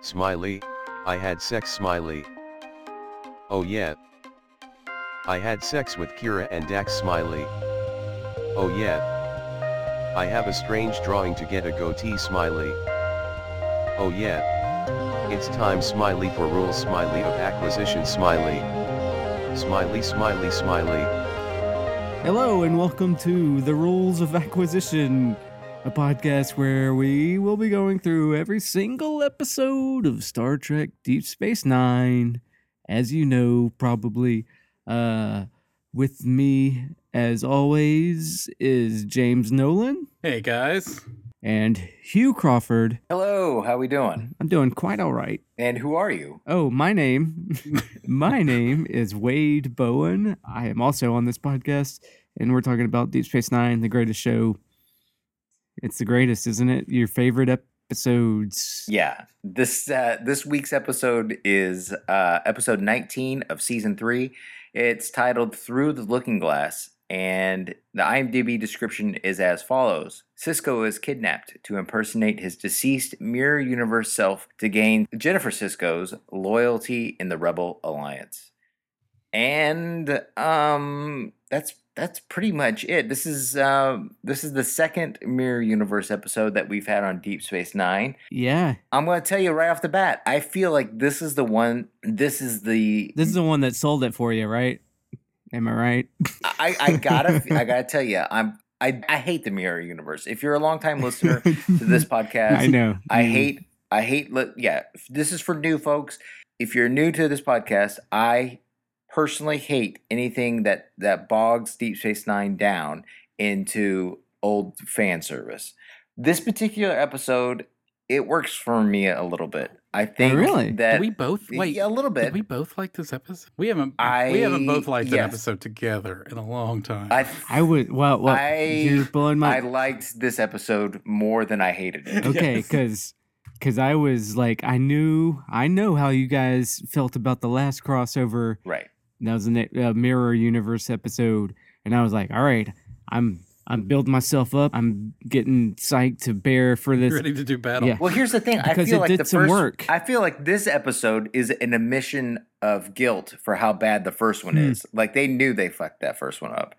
Smiley, I had sex Smiley. Oh yeah. I had sex with Kira and Dax Smiley. Oh yeah. I have a strange drawing to get a goatee Smiley. Oh yeah. It's time Smiley for rules Smiley of acquisition Smiley. Smiley Smiley Smiley. Hello and welcome to The Rules of Acquisition, a podcast where we will be going through every single episode of Star Trek Deep Space Nine, as you know, probably. Uh, with me, as always, is James Nolan Hey guys. and Hugh Crawford. Hello, how we doing? I'm doing quite all right. And who are you? Oh, my name. my name is Wade Bowen. I am also on this podcast, and we're talking about Deep Space Nine, the greatest show. It's the greatest, isn't it? Your favorite episodes. Yeah, this uh, this week's episode is uh, episode 19 of season three. It's titled "Through the Looking Glass," and the IMDb description is as follows: Cisco is kidnapped to impersonate his deceased mirror universe self to gain Jennifer Cisco's loyalty in the Rebel Alliance. and um that's that's pretty much it this is uh, this is the second mirror universe episode that we've had on deep space nine Yeah. i'm going to tell you right off the bat i feel like this is the one this is the This is the one that sold it for you, right? Am I right? I, I gotta i gotta tell you i'm I, I hate the mirror universe if you're a longtime listener to this podcast I know. I Mm. hate, I hate, li- yeah, f- this is for new folks. If you're new to this podcast, I personally hate anything that, that bogs Deep Space Nine down into old fan service. This particular episode, it works for me a little bit. I think really? Did that we both wait. Uh, yeah, a little bit. Did we both like this episode? We haven't we haven't both I- liked an yes. episode together in a long time. I, I would. Well, well I- you're blowing my. I liked this episode more than I hated it. okay, Yes. because because I was like, I knew, I know how you guys felt about the last crossover. Right. That was a uh, mirror universe episode, and I was like, all right, I'm I'm building myself up. I'm getting psyched to bear for You're this. ready to do battle. Yeah. Well, here's the thing. I Because feel it like did the some first, work. I feel like this episode is an admission of guilt for how bad the first one Hmm. is. Like they knew they fucked that first one up,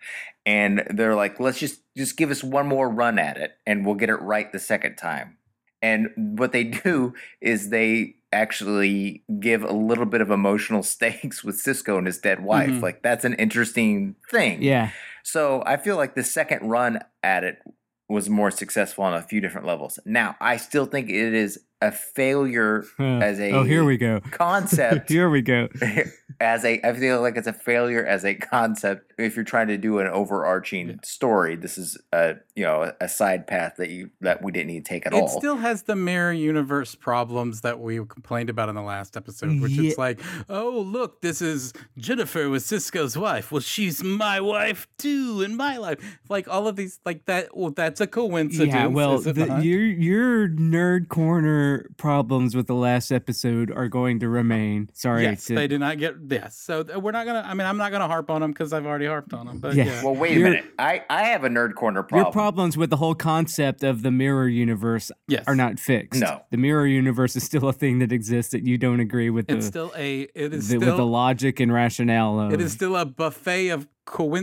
and they're like, "Let's just just give us one more run at it, and we'll get it right the second time." And what they do is they actually give a little bit of emotional stakes with Cisco and his dead wife. Mhm. Like that's an interesting thing. Mm-hmm. Yeah, So I feel like the second run at it was more successful on a few different levels. Now, I still think it is a failure as a oh, here we go. concept. here we go. as a I feel like it's a failure as a concept if you're trying to do an overarching Yeah. story. This is a, you know, a side path that you that we didn't need to take at it all. still has the mirror universe problems that we complained about in the last episode, which Ye- is like, oh, look, this is Jennifer with Cisco's wife. Well, she's my wife too in my life. Like all of these, like that. Well, that's a coincidence. yeah, well, is it the, not? your your nerd corner problems with the last episode are going to remain. Sorry. yes, to- they did not get yes. So th- we're not gonna. I mean, I'm not gonna harp on them because I've already harped on them. But Yeah. yeah, well, wait a Your- minute. I I have a nerd corner problem. your problems with the whole concept of the mirror universe yes, are not fixed. No. the mirror universe is still a thing that exists that you don't agree with the, It's still a. It is the- with the still. logic and rationale of. It is still a buffet of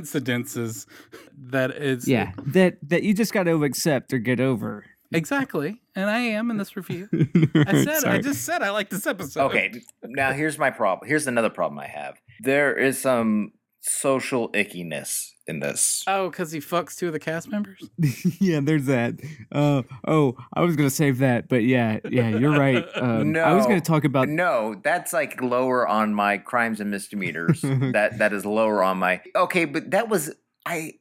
coincidences that is yeah, that that you just got to accept or get over. exactly and i am in this review I I said, I just said I like this episode. Okay, now here's my problem. Here's another problem I have. There is some social ickiness in this. Oh, because he fucks two of the cast members? yeah, there's that. Uh, oh, I was gonna save that, but yeah, yeah, you're right. Um, I was No. gonna talk about no, that's like lower on my crimes and misdemeanors. that that is lower on my. Okay, but that was I.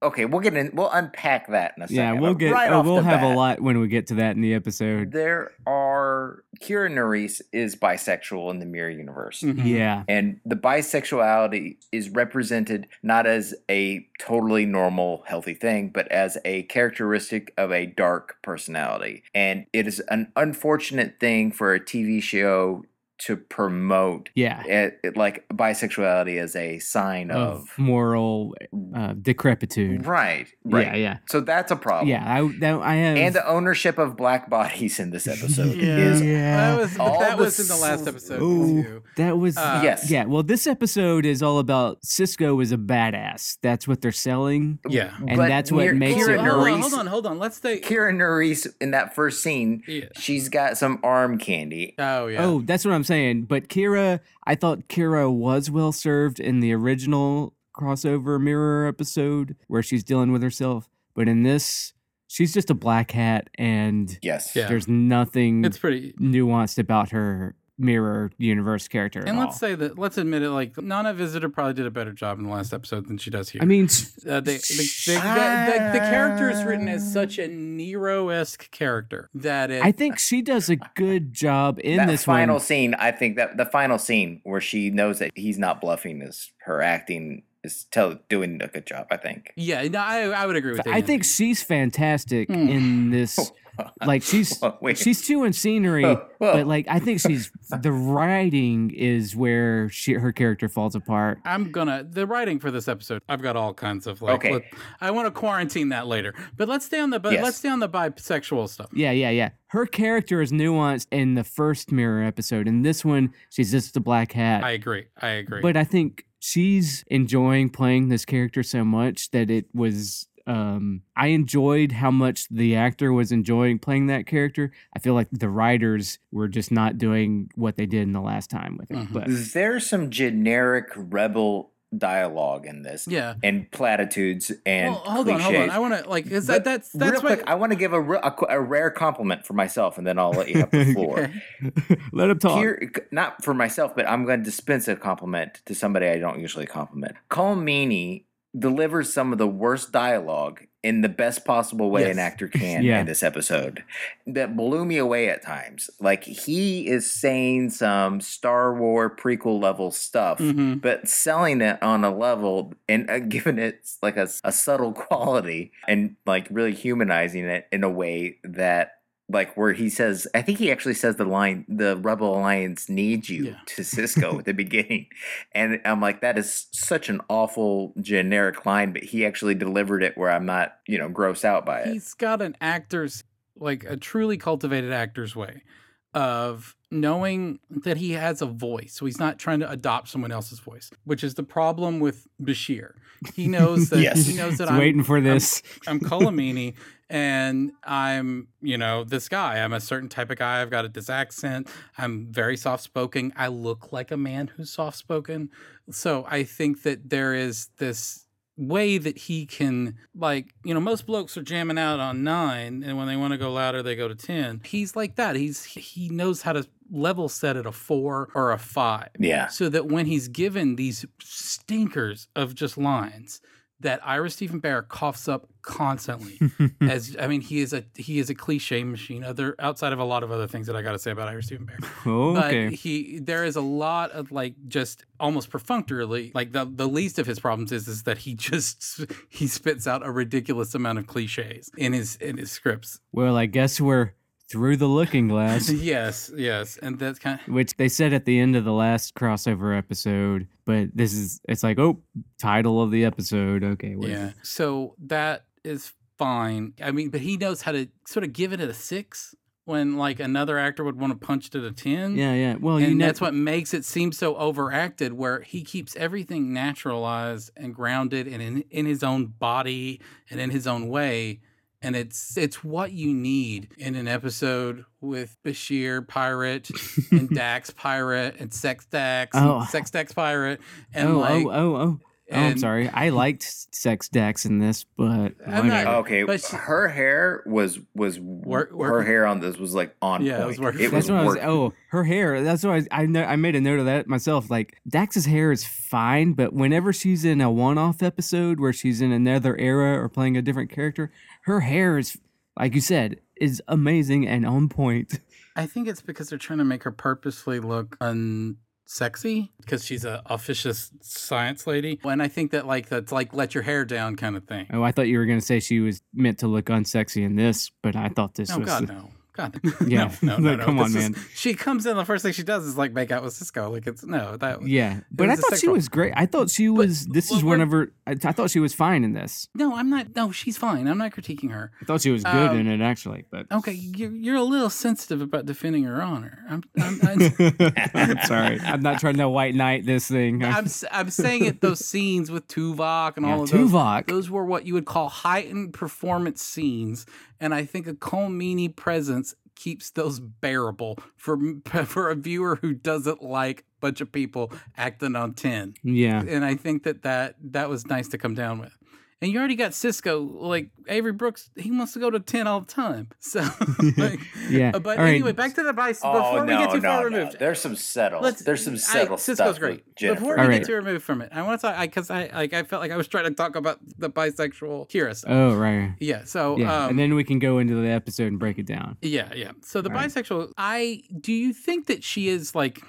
Okay, we'll get in. We'll unpack that in a second. yeah, we'll but get Right oh, off we'll the have a bat, lot when we get to that in the episode. There are Kira Nerys is bisexual in the mirror universe. Yeah, And the bisexuality is represented not as a totally normal, healthy thing, but as a characteristic of a dark personality. And it is an unfortunate thing for a TV show to promote Yeah. it, it- like bisexuality as a sign Of of, moral uh, decrepitude. right, right. Yeah, yeah, So that's a problem. yeah. I that, I have And the ownership of black bodies in this episode Yeah. is Yeah. That was, All but that the was in the last sl- episode Ooh. too. That was Uh, yes, yeah. Well, this episode is all about Cisco is a badass. That's what they're selling. Yeah. And that's what Mir- makes Kira it- Hold on, Nerys, hold on, hold on. Let's take. Kira Nerys in that first scene, Yeah. she's got some arm candy. Oh yeah. Oh, that's what I'm saying. But Kira, I thought Kira was well served in the original crossover mirror episode where she's dealing with herself. But in this, she's just a black hat and Yes. Yeah. there's nothing it's pretty. nuanced about her mirror universe character. at And let's all. say that. Let's admit it. Like Nana Visitor probably did a better job in the last episode than she does here. I mean, s- Uh, they, they, they, the, the, the character is written as uh, such a Nero esque character that it. I think she does a good job in that this final one. scene, I think that the final scene where she knows that he's not bluffing is her acting is tell doing a good job. I think. yeah, no, I, I would agree with that. I think she's fantastic Mm. in this. Like Oh. she's Wait. she's chewing scenery. Whoa, whoa. but like I think she's the writing is where she her character falls apart. I'm gonna the writing for this episode. I've got all kinds of like. Okay. let- I want to quarantine that later, but let's stay on the but Yes. let's stay on the bisexual stuff. Yeah, yeah, yeah. Her character is nuanced in the first mirror episode. In this one, she's just the black hat. I agree. I agree. but I think she's enjoying playing this character so much that it was um I enjoyed how much the actor was enjoying playing that character. I feel like the writers were just not doing what they did in the last time with it. Mhm. But There's some generic rebel dialogue in this, yeah. and platitudes and well, hold on, cliches. hold on. I want to like is that But that's that's real why- quick. I want to give a, re- a, qu- a rare compliment for myself, and then I'll let you have the floor. Okay. let him talk. Here, not for myself, but I'm going to dispense a compliment to somebody I don't usually compliment. Colm Meaney delivers some of the worst dialogue in the best possible way an Yes. actor can Yeah. in this episode. That blew me away at times. Like he is saying some Star Wars prequel level stuff. Mm-hmm. Mhm. But selling it on a level and uh, giving it like a, s- a subtle quality and like really humanizing it in a way that like where he says, I think he actually says the line, the Rebel Alliance needs you Yeah. to Cisco at the beginning. And I'm like, that is such an awful generic line, but he actually delivered it where I'm not, you know, grossed out by it. He's got an actor's like a truly cultivated actor's way of knowing that he has a voice. So he's not trying to adopt someone else's voice, which is the problem with Bashir. He knows that Yes. he knows that It's I'm waiting for this. I'm Colomini and I'm, you know, this guy. I'm a certain type of guy. I've got this accent. I'm very soft spoken. I look like a man who's soft spoken. So I think that there is this way that he can like you know most blokes are jamming out on 9 and when they want to go louder they go to 10 he's like that he's he knows how to level set at a 4 or a 5 Yeah. so that when he's given these stinkers of just lines that Ira Stephen Bear coughs up constantly. As I mean, he is a he is a cliche machine. Other outside of a lot of other things that I got to say about Ira Stephen Bear, Oh, okay. but he there is a lot of like just almost perfunctorily like the the least of his problems is is that he just he spits out a ridiculous amount of cliches in his in his scripts. Well, I guess we're through the looking glass, yes, yes, and that's kind of which they said at the end of the last crossover episode. But this is, it's like, oh, title of the episode. Okay. what is Yeah. it? So that is fine. I mean, but he knows how to sort of give it a six when like another actor would want to punch it at a 10. Yeah. Yeah. Well, and you know, that's what makes it seem so overacted, where he keeps everything naturalized and grounded and in, in his own body and in his own way. And it's it's what you need in an episode with Bashir Pirate and Dax Pirate and Sex Dax, Oh. and Sex Dax Pirate, and Oh, like oh, oh, oh, oh, I'm and- sorry. I liked sex decks in this, but I'm not- whatever. Okay, But she- her hair was was Work- her working. hair on this was like on Yeah, it was point. working. It that's was, what I was. working. Oh, her hair. That's why I, I know. I made a note of that myself. Like Dax's hair is fine, but whenever she's in a one-off episode where she's in another era or playing a different character, her hair is, like you said, is amazing and on point. I think it's because they're trying to make her purposely look unsexy because she's a officious science lady. And I think that like that's like let your hair down kind of thing. Oh, I thought you were gonna say she was meant to look unsexy in this, but I thought this Oh was. God, no. God, Yeah. no, no, no, Like, no. come on, This is- man. she comes in. The first thing she does is like make out with Cisco. Like it's no, that Yeah, but I was a thought she sexual- was great. I thought she was. this is well, we're- whenever I, I thought she was fine in this. no, I'm not. No, she's fine. I'm not critiquing her. I thought she was good Um, in it actually. But Okay, you're, you're a little sensitive about defending her honor. I'm I'm, I'm, I'm sorry. I'm not trying to white knight this thing. I'm, s- I'm saying it. Those scenes with Tuvok and Yeah, all of those. Tuvok. Those were what you would call heightened performance scenes, and I think a Colmini presence keeps those bearable for for a viewer who doesn't like a bunch of people acting on ten. yeah. And I think that that that was nice to come down with. And you already got Cisco, like Avery Brooks. He wants to go to ten all the time. So, like, Yeah. uh, But All right. anyway, back to the vice. Oh before we get no, too far no, no! removed, There's some settle. Let's- There's some I- settle Cisco's stuff. great. with Jennifer. Before we All right. get too removed from it, I want to talk because I, like I felt like I was trying to talk about the bisexual Kira stuff. Oh right. yeah. So Yeah, um, and then we can go into the episode and break it down. yeah, yeah. So the All right. bisexual, I do you think that she is like.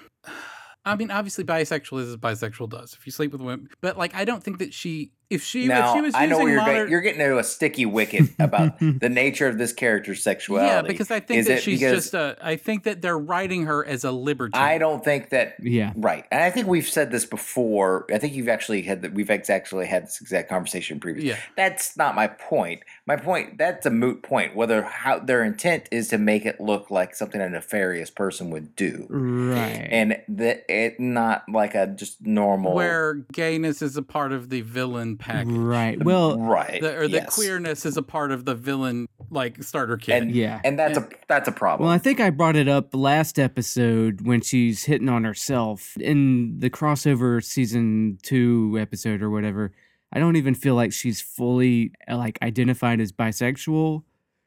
I mean, obviously, bisexual is as bisexual does. If you sleep with women, but like, I don't think that she, if she, if now she was I know using where you're, modern, get, you're getting into a sticky wicket about the nature of this character's sexuality. yeah, because I think Is that it she's because- just a. I think that they're writing her as a libertine. I don't think that Yeah. Right, and I think we've said this before. I think you've actually had that. We've exactly had this exact conversation previously. Yeah. That's not my point. My point that's a moot point. Whether how their intent is to make it look like something a nefarious person would do, Right. and that it not like a just normal where gayness is a part of the villain package. right. Well, right the, or the yes. queerness is a part of the villain like starter kit. and Yeah. and that's a that's a problem. well, I think I brought it up last episode when she's hitting on herself in the crossover season 2 episode or whatever. I don't even feel like she's fully uh, like identified as bisexual.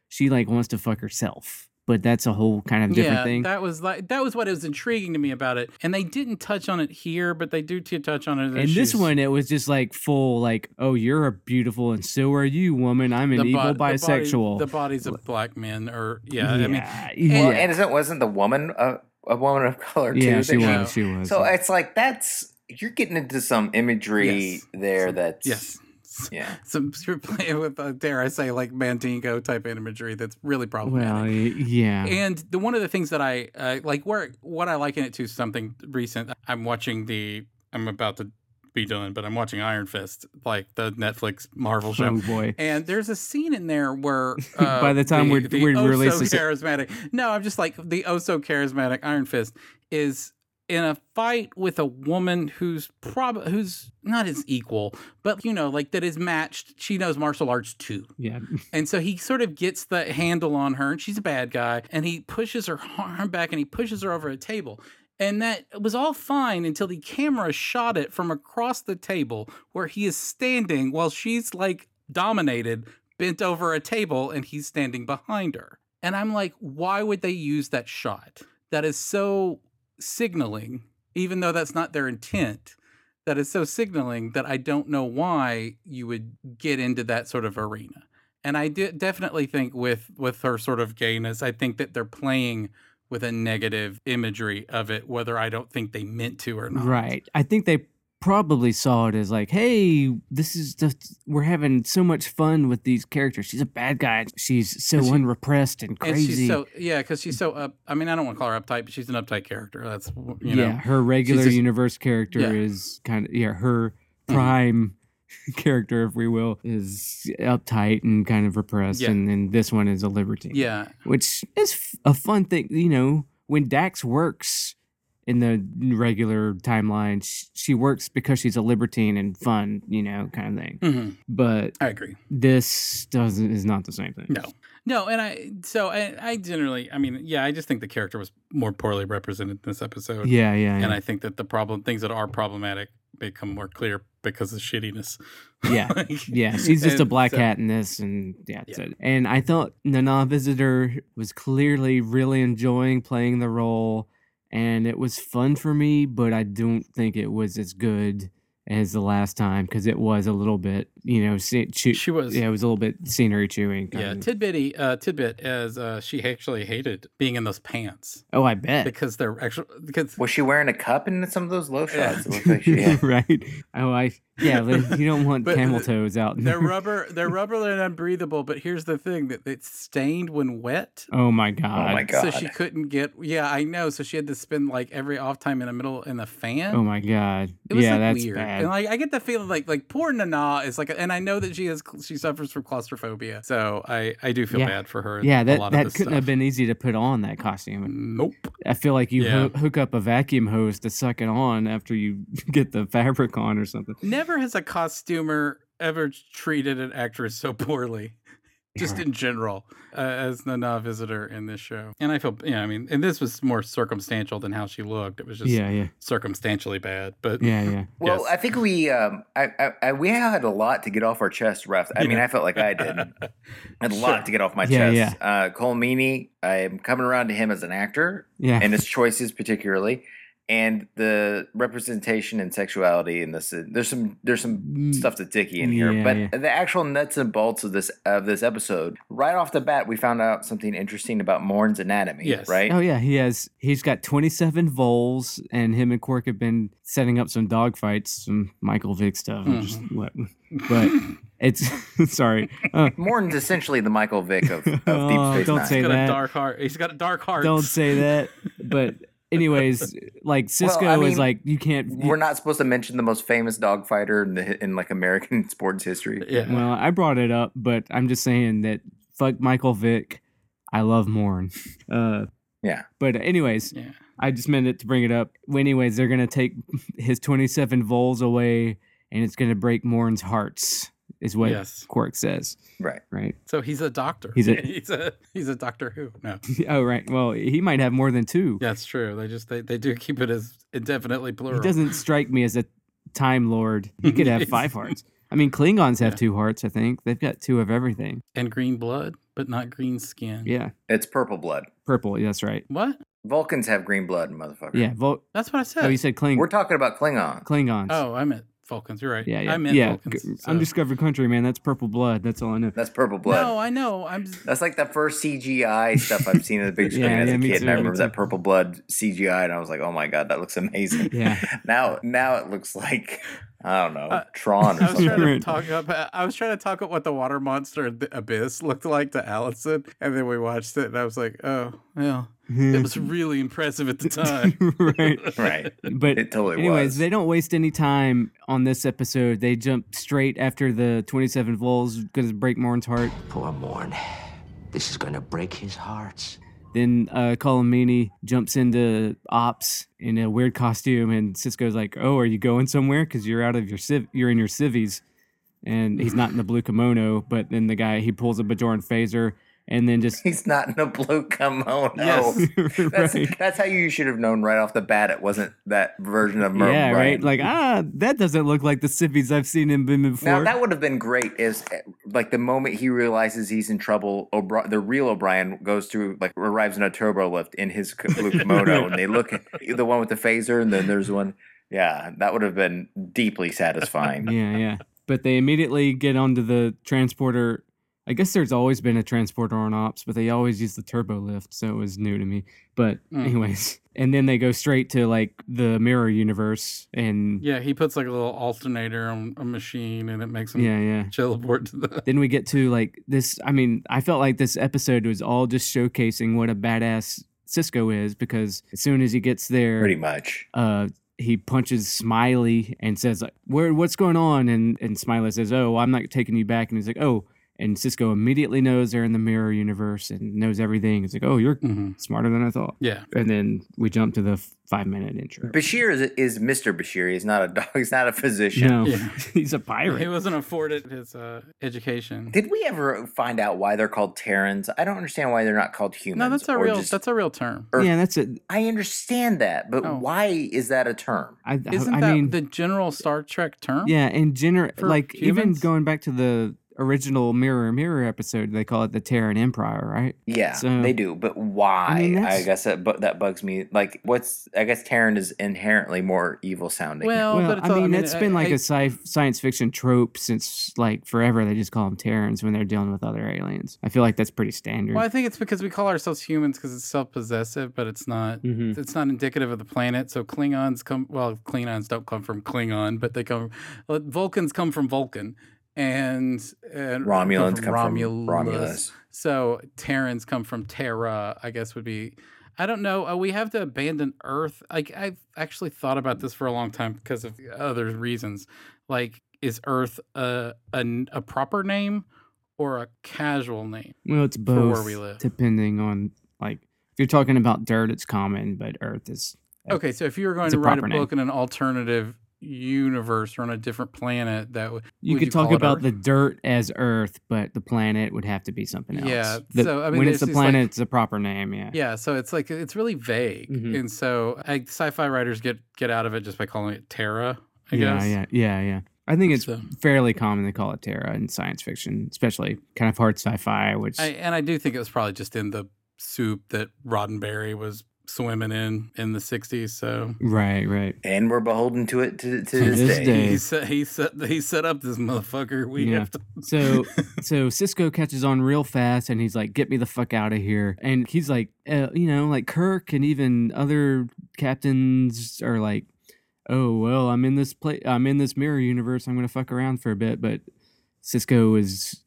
She like wants to fuck herself. But that's a whole kind of different yeah, thing. that was like that was what was intriguing to me about it, and they didn't touch on it here, but they do t- touch on it. in And this she's- one, it was just like full, like, oh, you're a beautiful, and so are you, woman. I'm an the evil bod- bisexual. The, body, the bodies of black men, or yeah, I mean, yeah, well, and isn't wasn't the woman a, a woman of color yeah, too? she that she- was, she was. So it's like that's you're getting into some imagery Yes. there that's yes. yeah. Some you're playing with, uh, dare I say, like Mandingo type imagery that's really problematic. well, yeah, And the one of the things that I uh, like, where what I liken it to is something recent. I'm watching the. I'm about to be done, but I'm watching Iron Fist, like the Netflix Marvel show. oh boy. And there's a scene in there where uh, By the time the, we're- the we oh release so this- charismatic. No, I'm just like the oh so charismatic Iron Fist is in a fight with a woman who's prob who's not his equal, but you know, like that is matched. She knows martial arts too. Yeah, And so he sort of gets the handle on her, and she's a bad guy, and he pushes her arm back and he pushes her over a table. And that was all fine until the camera shot it from across the table where he is standing while she's like dominated, bent over a table, and he's standing behind her. And I'm like, why would they use that shot? That is so signaling, even though that's not their intent. That is so signaling that I don't know why you would get into that sort of arena and I de- definitely think with with her sort of gayness, I think that they're playing with a negative imagery of it, whether I don't think they meant to or not. right. I think they probably saw it as like, hey, this is just we're having so much fun with these characters. She's a bad guy. She's so And she- unrepressed and And crazy. she's so yeah, because she's so up. I mean, I don't want to call her uptight, but she's an uptight character. That's you know. yeah, her regular just- universe character Yeah. Mm-hmm. is kind of yeah, her prime character, if we will, is uptight and kind of repressed, Yeah. and then this one is a libertine. Yeah, which is f- a fun thing. You know, when Dax works in the regular timeline, sh- she works because she's a libertine and fun, you know, kind of thing. hmm But I agree. this doesn't is not the same thing. No, no, and I so I, I generally, I mean, yeah, I just think the character was more poorly represented in this episode. Yeah, yeah, And yeah. I think that the problem, things that are problematic, become more clear because of shittiness. Yeah. Like- yeah, she's just a and black so- hat in this, and yeah, that's Yeah. it. And I thought Nana Visitor was clearly really enjoying playing the role, and it was fun for me, but I don't think it was as good as the last time because it was a little bit, you know, se- chew- She was yeah, it was a little bit scenery chewing. kind Yeah, of. tidbitty uh, tidbit as uh, she actually hated being in those pants oh, I bet. because they're actually because Was she wearing a cup in some of those low Yeah. shots? It looks like she, yeah. right. Oh, I Yeah, but you don't want But camel th- toads out. in They're there. rubber. They're rubber and unbreathable. But here's the thing: that it's stained when wet. Oh my god. my So she God. couldn't get. Yeah, I know. So she had to spend like every off time in the middle in the fan. Oh my god. It was yeah, like that's weird. bad. And like I get the feeling like like poor Nana is like, and I know that she has she suffers from claustrophobia. So I I do feel Yeah. bad for her. in yeah, a lot that, of that this couldn't have stuff. been easy to put on that costume. Nope. I feel like you Yeah. ho- hook up a vacuum hose to suck it on after you get the fabric on or something. Never has a costumer ever treated an actress so poorly. Just Yeah. in general, uh, as Nana visitor in this show, and I feel, yeah, I mean, and this was more circumstantial than how she looked. It was just yeah, yeah, circumstantially bad, but yeah, yeah. Well, Yes. I think we um, I, I, I we had a lot to get off our chest, Ralph. I mean, Yeah. I felt like I did. I had a lot Sure. to get off my Yeah, chest. Uh, Cole Meany, I'm coming around to him as an actor Yeah. and his choices, particularly, and the representation and sexuality in this. uh, There's some there's some Mm, stuff that's icky in here, Yeah, but yeah. the actual nuts and bolts of this of this episode. Right off the bat, we found out something interesting about Morn's anatomy. Yes. Right. Oh yeah, he has. He's got 27 voles, and him and Quirk have been setting up some dog fights, some Michael Vick stuff. I'm Just, Mm-hmm. what, but it's sorry. Uh, Morn's essentially the Michael Vick of, of Oh, Deep Space don't Nine. say he's got that. a dark heart. He's got a dark heart. don't say that. But anyways, like Cisco I is mean, like, you can't. We're not supposed to mention the most famous dog fighter in, the, in like American sports history. Yeah. Well, I brought it up, but I'm just saying that fuck Michael Vick. I love Morn. Uh, Yeah. But anyways, yeah. I just meant it to bring it up. Anyways, they're gonna take his 27 voles away, and it's gonna break Morn's hearts. Is what Yes. Quark says, Right. right? So he's a doctor. He's a- he's a he's a Doctor Who. No, oh, right. Well, he might have more than two. that's true. They just they, they do keep it as indefinitely plural. He doesn't strike me as a time lord. He could have Yes. five hearts. I mean, Klingons have Yeah. two hearts. I think they've got two of everything. and green blood, but not green skin. Yeah, It's purple blood. purple. That's right. What? Vulcans have green blood, motherfucker. Yeah. Vol- That's what I said. oh, you said Kling- We're talking about Klingon. Klingons. Oh, I meant Falcons. You're right. Yeah, yeah, I meant yeah. Falcons. g- so- Undiscovered country, man. That's purple blood. That's all I know. That's purple blood. No, I know. I'm. That's like the first CGI stuff I've seen in the big Yeah, screen as yeah, a me kid. and I too, me remember too. that purple blood CGI, and I was like, "Oh my god, that looks amazing." Yeah. Now, now it looks like I don't know Uh, Tron or I was something. trying to Right. talk up. I was trying to talk up what the water monster, in the abyss, looked like to Allison, and then we watched it, and I was like, "Oh, well, it was really impressive at the time." right. right. But It totally anyways, was. they don't waste any time on this episode. They jump straight after the 27 volts because break Morn's heart. Poor Morn. This is going to break his heart. Then uh, Colomini jumps into Ops in a weird costume, and Cisco's like, "Oh, are you going somewhere? Because you're out of your civ, you're in your civvies." And he's not in the blue kimono, but then the guy he pulls a Bajoran phaser, and then just He's not in a blue kimono. Yes. That's, right. that's how you should have known right off the bat. It wasn't that version of Merv yeah, Bryan. right. Like, ah, that doesn't look like the civvies I've seen him in before. now that would have been great. Is eh, like the moment he realizes he's in trouble. O'Bri- the real O'Brien goes through like arrives in a turbo lift in his k- blue kimono, and they look at the one with the phaser, and then there's one. Yeah, that would have been deeply satisfying. yeah, yeah. But they immediately get onto the transporter. I guess there's always been a transporter on ops, but they always use the turbo lift, so it was new to me. But Hmm. Mm. anyways, and then they go straight to like the mirror universe, and yeah, he puts like a little alternator on a machine, and it makes him yeah, yeah. teleport to the. Then we get to like this. I mean, I felt like this episode was all just showcasing what a badass Cisco is because as soon as he gets there, Pretty much. uh he punches Smiley and says, like, "Where? What's going on?" And and Smiley says, "Oh, I'm not taking you back." And he's like, "Oh." And Cisco immediately knows they're in the mirror universe and knows everything. He's like, "Oh, you're Mhm. smarter than I thought." Yeah, And then we jump to the five minute intro. Bashir is, is Mr. Bashir. He's not a dog. He's not a physician. No, Yeah. he's a he pirate. wasn't afforded his uh, education. Did we ever find out why they're called Terrans? I don't understand why they're not called humans. no, that's a or real just- that's a real term. Earth. Yeah, that's it. I understand that, but Oh. why is that a term? I, Isn't I that mean, the general Star Trek term? yeah, and general For like even humans? going back to the original Mirror Mirror episode, they call it the Terran Empire, right? Yeah, So- they do, but why? I, I mean, that's- guess that bu- that bugs me. Like, what's? I guess Terran is inherently more evil sounding. Well, well, Oh, but it's I all- mean, it's been like I- a sci- science fiction trope since like forever. They just call them Terrans when they're dealing with other aliens. I feel like that's pretty standard. Well, I think it's because we call ourselves humans because it's self-possessive, but it's not. Mhm. It's not indicative of the planet. So Klingons come. Well, Klingons don't come from Klingon, but they come. well, Vulcans come from Vulcan, and, and uh, Romulans come from Romulus. So Terrans come from Terra. I guess would be. I don't know. Uh, we have to abandon Earth. Like I've actually thought about this for a long time because of other reasons. Like, is Earth a a, a proper name or a casual name? Well, it's for where both, we live. depending on like if you're talking about dirt, it's common, but Earth is Yeah. Okay, so if you were going It's to a write a proper name. book in an alternative universe or on a different planet, that would you Would could you talk call it about Earth? the dirt as Earth, but the planet would have to be something else. Yeah, The- so, I mean, when there's it's the these, like- planet, it's the proper name. Yeah. yeah. So it's like it's really vague, Mhm. and so I, sci-fi writers get get out of it just by calling it Terra. I yeah, guess. yeah, yeah, yeah. I think it's So- fairly common to call it Terra in science fiction, especially kind of hard sci-fi, which I, and I do think it was probably just in the soup that Roddenberry was swimming in in the '60s. So right, right. and we're beholden to it to, to To this, this day. day. he set he set he set up this motherfucker. We Yeah. have to. So- So Cisco catches on real fast and he's like, "Get me the fuck out of here!" And he's like, uh, you know, like Kirk and even other captains are like, "Oh well, I'm in this play. I'm in this mirror universe. I'm gonna fuck around for a bit." But Cisco is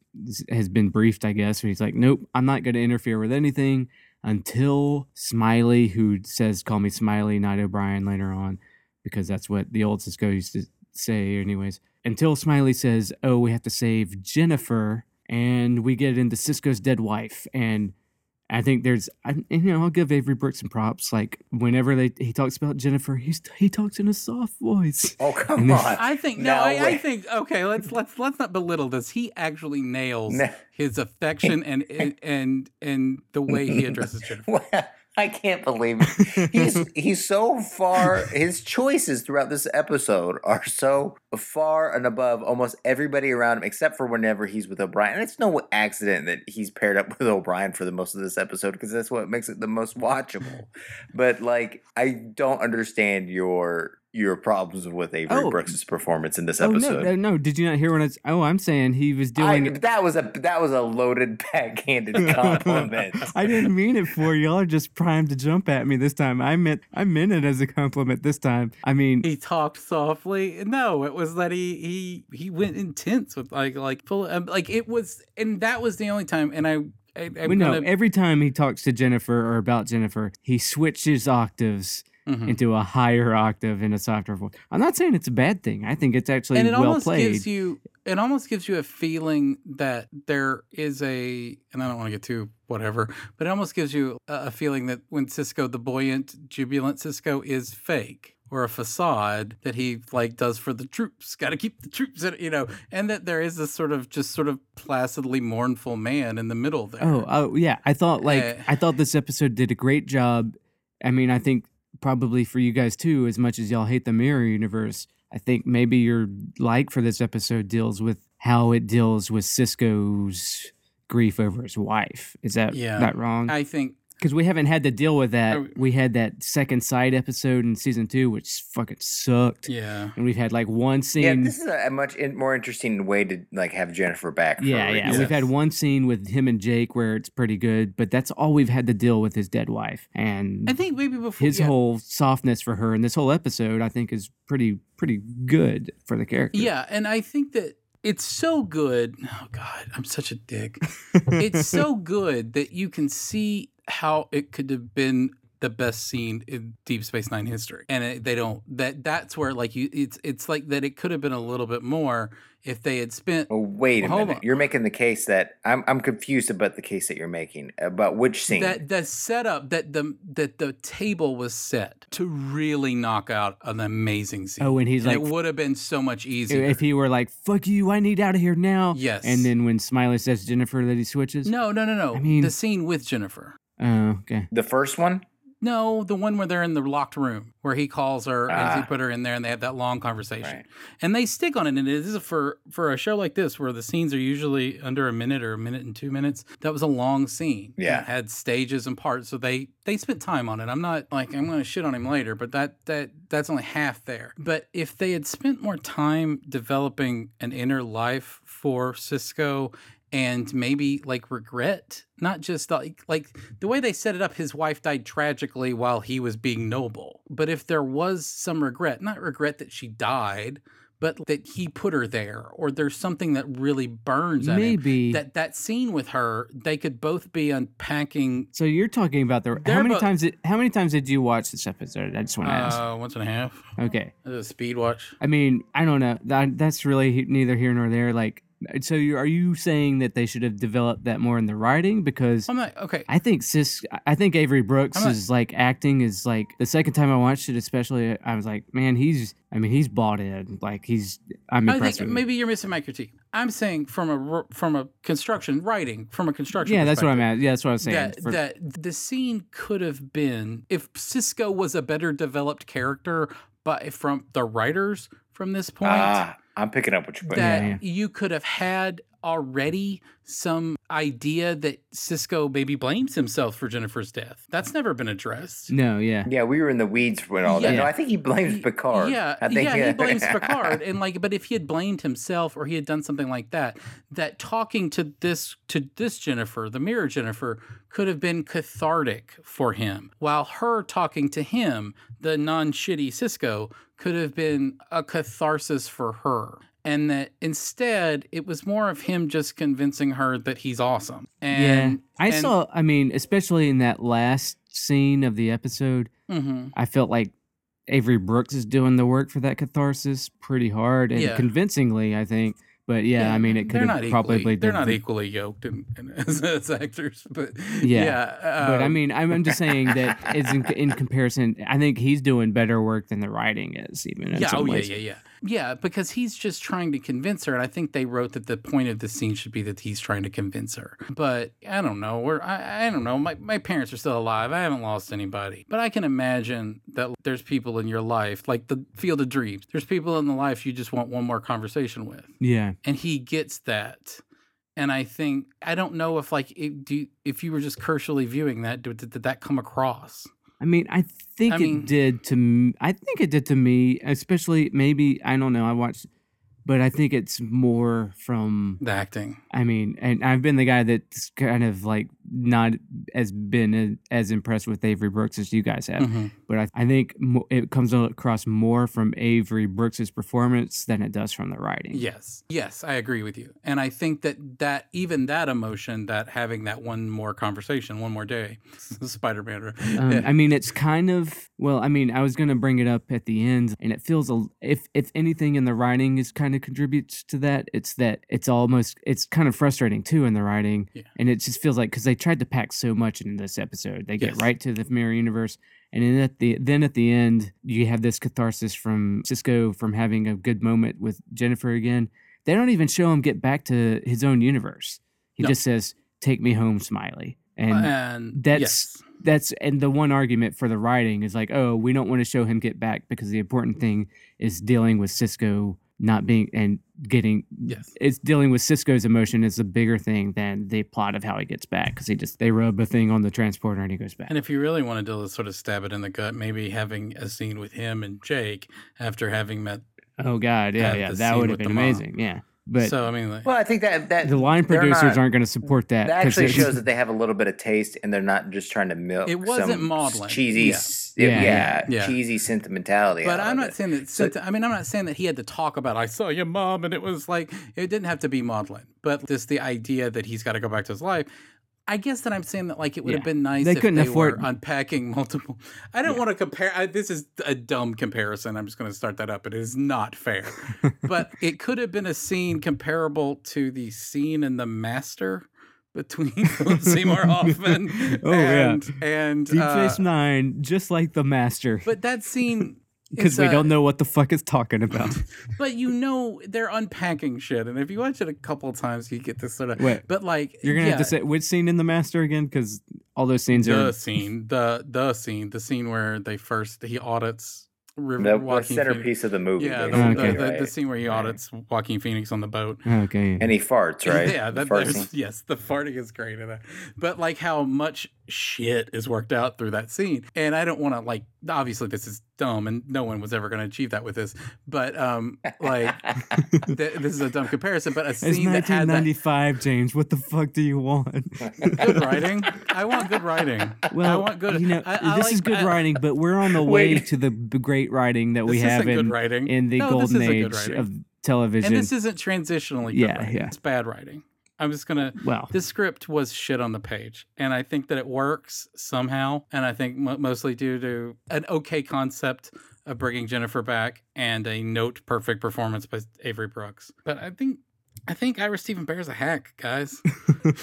has been briefed, I guess. And he's like, "Nope, I'm not gonna interfere with anything until Smiley, who says, call me Smiley, not O'Brien later on, because that's what the old Cisco used to say, anyways." until Smiley says, "Oh, we have to save Jennifer," and we get into Cisco's dead wife. And I think there's, I, and, you know, I'll give Avery Brooks some props. Like whenever they he talks about Jennifer, he's he talks in a soft voice. Oh come No. on! I think no, No I, I way. think okay. Let's let's let's not belittle this. He actually nails No. his affection and and- and and the way he addresses Jennifer. I can't believe it. he's he's so far. His choices throughout this episode are so far and above almost everybody around him, except for whenever he's with O'Brien. And it's no accident that he's paired up with O'Brien for the most of this episode because that's what makes it the most watchable. but like, I don't understand your your problems with Avery Oh. Brooks' performance in this Oh episode. no, no, no! Did you not hear when it's? Oh, I'm saying he was I, doing. that was a that was a loaded backhanded compliment. I didn't mean it for you. y'all. Are just primed to jump at me this time. I meant I meant it as a compliment this time. I mean, He talked softly. No, it was that he he he went intense with like like full um, like it was, and that was the only time. And I, I I'm we know gonna, every time he talks to Jennifer or about Jennifer, he switches octaves Mhm. into a higher octave in a softer voice. I'm not saying it's a bad thing. I think it's actually and it well almost played. gives you it almost gives you a feeling that there is a and i don't want to get too whatever but it almost gives you a, a feeling that when cisco the buoyant jubilant cisco is fake or a facade that he like does for the troops got to keep the troops in, you know and that there is this sort of just sort of placidly mournful man in the middle there oh, oh yeah. I thought like Uh, I thought this episode did a great job. I mean, I think probably for you guys too, as much as y'all hate the mirror universe, I think maybe your like for this episode deals with how it deals with Cisco's grief over his wife. Is that Yeah. not wrong? i think because we haven't had to deal with that. Oh. We had that second side episode in season two, which fucking sucked, yeah and we've had like one scene. Yeah, this is a, a much in, more interesting way to like have Jennifer back. for yeah, a yeah. reason. We've had one scene with him and Jake where it's pretty good, but that's all we've had to deal with his dead wife and i think maybe before his yeah. whole softness for her. And this whole episode, I think, is pretty pretty good for the character. Yeah, and I think that it's so good. Oh God, I'm such a dick. it's so good that you can see how it could have been the best scene in Deep Space Nine history, and it, they don't. That that's where like you, it's it's like that. It could have been a little bit more if they had spent. Oh, wait a Well, hold minute. on. You're making the case that I'm I'm confused about the case that you're making uh, about which scene. That the setup that the that the table was set to really knock out an amazing scene. Oh, and he's And like, it would have been so much easier if he were like, "Fuck you, I need out of here now." Yes. And then when Smiley says Jennifer that he switches. No, no, no, no. I mean- the scene with Jennifer. Oh, okay. the first one? No, the one where they're in the locked room where he calls her and Ah. he put her in there and they have that long conversation. Right. And they stick on it. And it is for for a show like this where the scenes are usually under a minute or a minute and two minutes. That was a long scene. and Yeah. It had stages and parts. So they they spent time on it. I'm not like I'm gonna shit on him later, but that that that's only half there. But if they had spent more time developing an inner life for Cisco and maybe like regret not just like like the way they set it up his wife died tragically while he was being noble but if there was some regret not regret that she died but that he put her there or there's something that really burns at him Maybe. that that scene with her they could both be unpacking so you're talking about the They're how many about- times did how many times did you watch this episode? I just want to ask. uh, once and a half Okay. Uh, speed watch I mean, I don't know. That, that's really neither here nor there. Like, uh, so you, are you saying that they should have developed that more in the writing? Because i'm not okay I think Sis, I think Avery Brooks I'm not- is like acting is like the second time I watched it, especially. I was like, man, he's. I mean, he's bought in. Like, he's. I'm I impressed think with. maybe you're missing my critique. I'm saying from a r- from a construction writing from a construction. yeah, that's what I'm perspective, at. Yeah, that's what I was saying. that, For- that the scene could have been if Cisco was a better developed character, but from the writers from this point, Ah, I'm picking up what you're putting. that down. yeah. you could have had already some idea that Cisco maybe blames himself for Jennifer's death. That's never been addressed. no, yeah. Yeah, we were in the weeds when all that. Yeah. No, I think he blames He- Picard. Yeah, I think, yeah, he blames Picard, and like, but if he had blamed himself or he had done something like that, that talking to this to this Jennifer, the mirror Jennifer, could have been cathartic for him, while her talking to him, the non shitty Cisco, could have been a catharsis for her. And that instead, it was more of him just convincing her that he's awesome. And yeah. I and- saw. I mean, especially in that last scene of the episode, Mhm. I felt like Avery Brooks is doing the work for that catharsis pretty hard and Yeah. convincingly, I think. But yeah, I mean, it could they're have not probably equally, they're not done- equally yoked in, in, as, as actors, but Yeah. yeah But I um, mean, I'm, I'm just saying that it's in, in comparison. I think he's doing better work than the writing is, even. In yeah, some oh ways. yeah, yeah, yeah, yeah. Because he's just trying to convince her, and I think they wrote that the point of the scene should be that he's trying to convince her. But I don't know. We're I, I don't know. My my parents are still alive. I haven't lost anybody, but I can imagine that there's people in your life, like the field of dreams. There's people in the life you just want one more conversation with yeah. and he gets that and i think i don't know if like it, do if you were just cursorily viewing that did, did that come across I mean, I think I it mean- did to. m- I think it did to me, especially maybe I don't know. I watched, but I think it's more from the acting I mean, and I've been the guy that's kind of like not as been a- as impressed with Avery Brooks as you guys have, Mhm. but I, I think mo- it comes across more from Avery Brooks's performance than it does from the writing. yes yes i agree with you and i think that that even that emotion that having that one more conversation one more day spider-man or- Um, yeah. I mean, it's kind of well. I mean, I was gonna bring it up at the end, and it feels a, if if anything in the writing is kind of contributes to that. It's that it's almost it's kind of frustrating too in the writing, Yeah. and it just feels like because they tried to pack so much into this episode, they Yes. get right to the mirror universe, and then at the then at the end you have this catharsis from Cisco from having a good moment with Jennifer again. They don't even show him get back to his own universe. He No. just says, "Take me home, Smiley," and and that's- yes. that's and the one argument for the writing is like, oh, we don't want to show him get back because the important thing is dealing with Cisco not being and getting Yes. it's dealing with Cisco's emotion is a bigger thing than the plot of how he gets back because he just they rub a thing on the transporter and he goes back. And if you really want to do this, sort of stab it in the gut, maybe having a scene with him and Jake after having met. oh God, yeah, Have yeah, the that scene would with have been the mom. amazing, yeah. But so I mean, like, well, I think that that the line they're producers not- aren't going to support that. That 'cause actually it's- shows that they have a little bit of taste, and they're not just trying to milk. It wasn't some maudlin. cheesy, Yeah. s- Yeah, yeah, yeah, yeah. cheesy sentimentality. But out I'm of not it. saying that. So- sent- I mean, I'm not saying that he had to talk about. I saw your mom, and it was like it didn't have to be maudlin. But just the idea that he's got to go back to his life. I guess that I'm saying that like it would Yeah. have been nice They if couldn't they afford- were unpacking multiple. I don't want to compare. I, this is a dumb comparison. I'm just going to start that up. It is not fair, but it could have been a scene comparable to the scene in The Master between Philip Seymour Hoffman Oh, yeah. and and Deep uh, Space Nine, just like the Master, but that scene because it's we a- don't know what the fuck it's talking about. but you know they're unpacking shit, and if you watch it a couple times, you get this sort of. Wait. but like You're gonna yeah, have to say which scene in the master again, because all those scenes the are scene, the the scene, the scene where they first he audits River The, the Joaquin Phoenix- centerpiece of the movie. Yeah, the, basically, Okay. the, the, the right? scene where he Right. audits Joaquin Phoenix on the boat. okay. And he farts, right? Yeah, The that, fart there's, scene. yes, the farting is great in that. But like how much shit is worked out through that scene. And I don't want to like obviously this is dumb and no one was ever going to achieve that with this, but um like th- this is a dumb comparison, but a it's scene that had that 1995, James. What the fuck do you want? good writing. I want good writing. Well, I want good. you know, I- I this like- is good I- writing, but we're on the way Wait. to the b- great writing that we this have isn't good in, writing. in the No, this golden isn't good age writing. of television. and this isn't transitionally. Good Yeah, writing. yeah. It's bad writing. I'm just gonna. well, This script was shit on the page, and I think that it works somehow. And I think mo mostly due to an okay concept of bringing Jennifer back and a note perfect performance by Avery Brooks. But I think. I think Ira Stephen Bear's a hack, guys. uh,